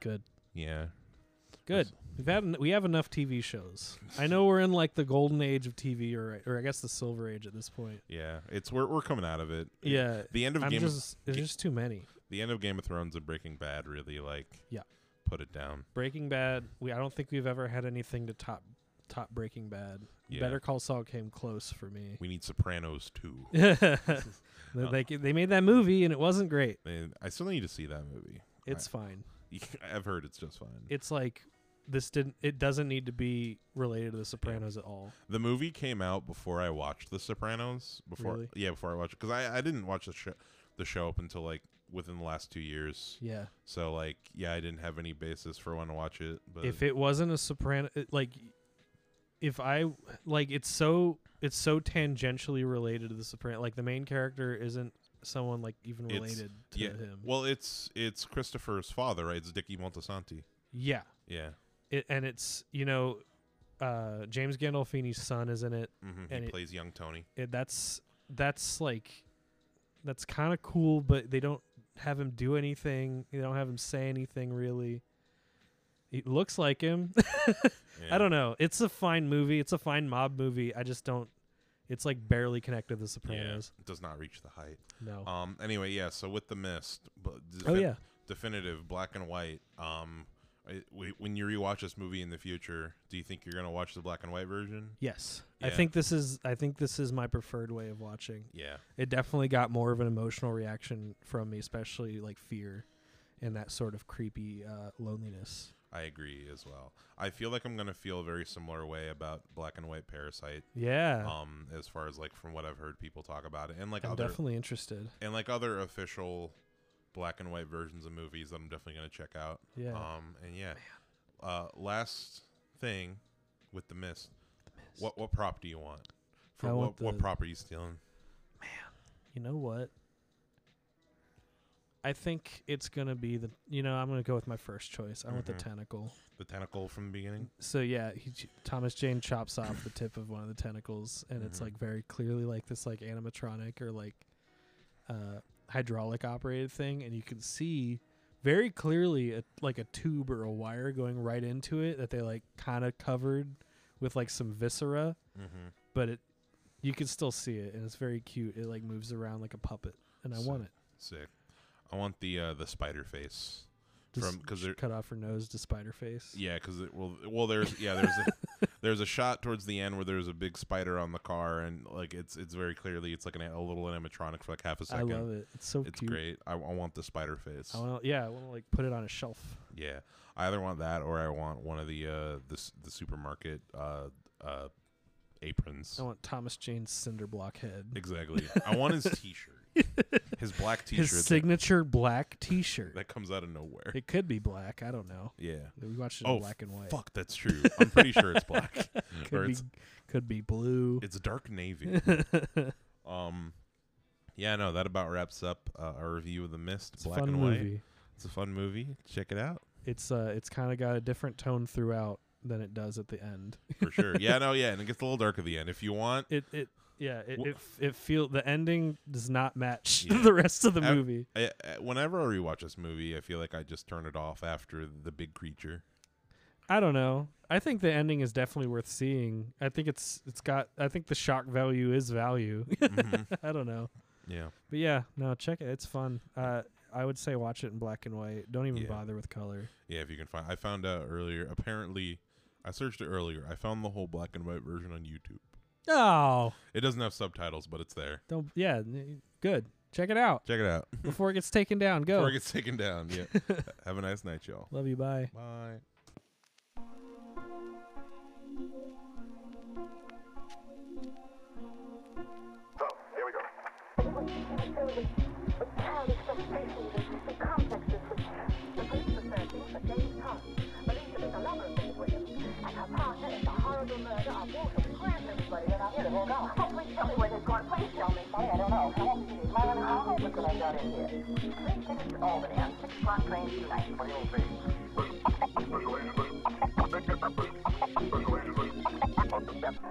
good Yeah. good we've had en- we have enough tv shows i know we're in like the golden age of tv or or i guess the silver age at this point Yeah. It's we're we're coming out of it. yeah The end of i'm Game of, just there's Ga- just too many the end of Game of Thrones and Breaking Bad really like Yeah. put it down. Breaking Bad. We I don't think we've ever had anything to top top Breaking Bad. Yeah. Better Call Saul came close for me. We Uh. need Sopranos too. they, they they made that movie and it wasn't great. Man, I still need to see that movie. It's fine. I've heard it's just fine. It's like this didn't. It doesn't need to be related to The Sopranos at all. the movie came out before I watched The Sopranos. Before Really? yeah, before I watched because I I didn't watch the show the show up until like within the last two years. Yeah. So like yeah, I didn't have any basis for when to watch it. But if it wasn't a soprano it- like if i like it's so it's so tangentially related to the soprano like the main character isn't someone like even It's- related to yeah, him well it's it's Christopher's father, right? It's Dicky Montesanti. yeah Yeah, it, and it's you know uh james gandolfini's son is in it, hmm he And it- plays young Tony. it that's that's like that's kind of cool but they don't have him do anything they don't have him say anything really he looks like him I don't know. It's a fine movie. It's a fine mob movie. I just don't. It's like barely connected to The Yeah, Sopranos. does not reach the height. No. Um. Anyway, yeah. So with the mist, but oh defin- yeah. definitive black and white. Um, I- w- when you rewatch this movie in the future, do you think you're gonna watch the black and white version? Yes. I Yeah. think this is. I think this is my preferred way of watching. Yeah, It definitely got more of an emotional reaction from me, especially like fear, and that sort of creepy uh, loneliness. I agree as well. I feel like I'm gonna feel a very similar way about black and white Parasite. Yeah. Um, as far as like from what I've heard people talk about it, and like I'm other definitely interested. and like other official black and white versions of movies that I'm definitely gonna check out. Yeah. Um, and yeah, uh, last thing with the mist. What what prop do you want? For I what want what the- prop are you stealing? You know what? I think it's gonna be the. You know, I'm gonna go with my first choice. I want the Mhm. tentacle. The tentacle from the beginning. so yeah, he, ch- Thomas Jane chops off the tip of one of the tentacles, and it's Mhm. like very clearly like this like animatronic or like uh, hydraulic operated thing, and you can see very clearly a, like a tube or a wire going right into it that they like kind of covered with like some viscera, Mm-hmm. but it you can still see it, and it's very cute. It like moves around like a puppet, and I So want it. Sick. I want the uh, the spider face Just from because there cut off her nose to spider face. yeah because well well there's yeah there's a, there's a shot towards the end where there's a big spider on the car and like it's it's very clearly it's like an, a little animatronic for like half a I second. love it. It's so It's cute. great. I, I want the spider face. I want to yeah, I want to like put it on a shelf. yeah, I either want that or I want one of the uh the s- the supermarket uh uh aprons. I want Thomas Jane's cinder block head. Exactly. I want his t-shirt. His black t-shirt His that- signature black T-shirt. that comes out of nowhere. It could be black. I don't know. Yeah. We watched it Oh, in black and white. Fuck, that's true. I'm pretty sure it's black. or Could be, it's- could be blue. It's dark navy. um, yeah, no, that about wraps up uh, our review of the Mist. It's a black fun and white. movie. It's a fun movie. Check it out It's uh, it's kind of got a different tone throughout than it does at the end. for sure. yeah, no, yeah, and it gets a little dark at the end. If you want, It it yeah it Wha- it, f- it feel the ending does not match Yeah. the rest of the Ev- movie. I, I, whenever I rewatch this movie, I feel like I just turn it off after the big creature. I don't know. I think the ending is definitely worth seeing. I think it's it's got. I think the shock value is value. Mhm. I don't know. Yeah, But yeah, no, check it. It's fun. Uh, I would say watch it in black and white. Don't even Yeah. bother with color. yeah. If you can find, I found out earlier. Apparently, I searched it earlier. I found the whole black and white version on YouTube. Oh, It doesn't have subtitles, but it's there. don't. Yeah, n- good. Check it out Check it out before it gets taken down. Go. before it gets taken down. Yeah. have a nice night, y'all. Love you. Bye. Bye. So, here we go. It was included with childish frustrations and complexes which the police were searching for James Thomas, believed to be the lover of these women, and her partner in the horrible murder of Walter. Where's everybody that I'm here to hold on? Please tell me where they've gone. Please tell me. Sorry, I don't know. How long did My own how old could I got in here? Three minutes to Albany on six o'clock train tonight. What do you want to see?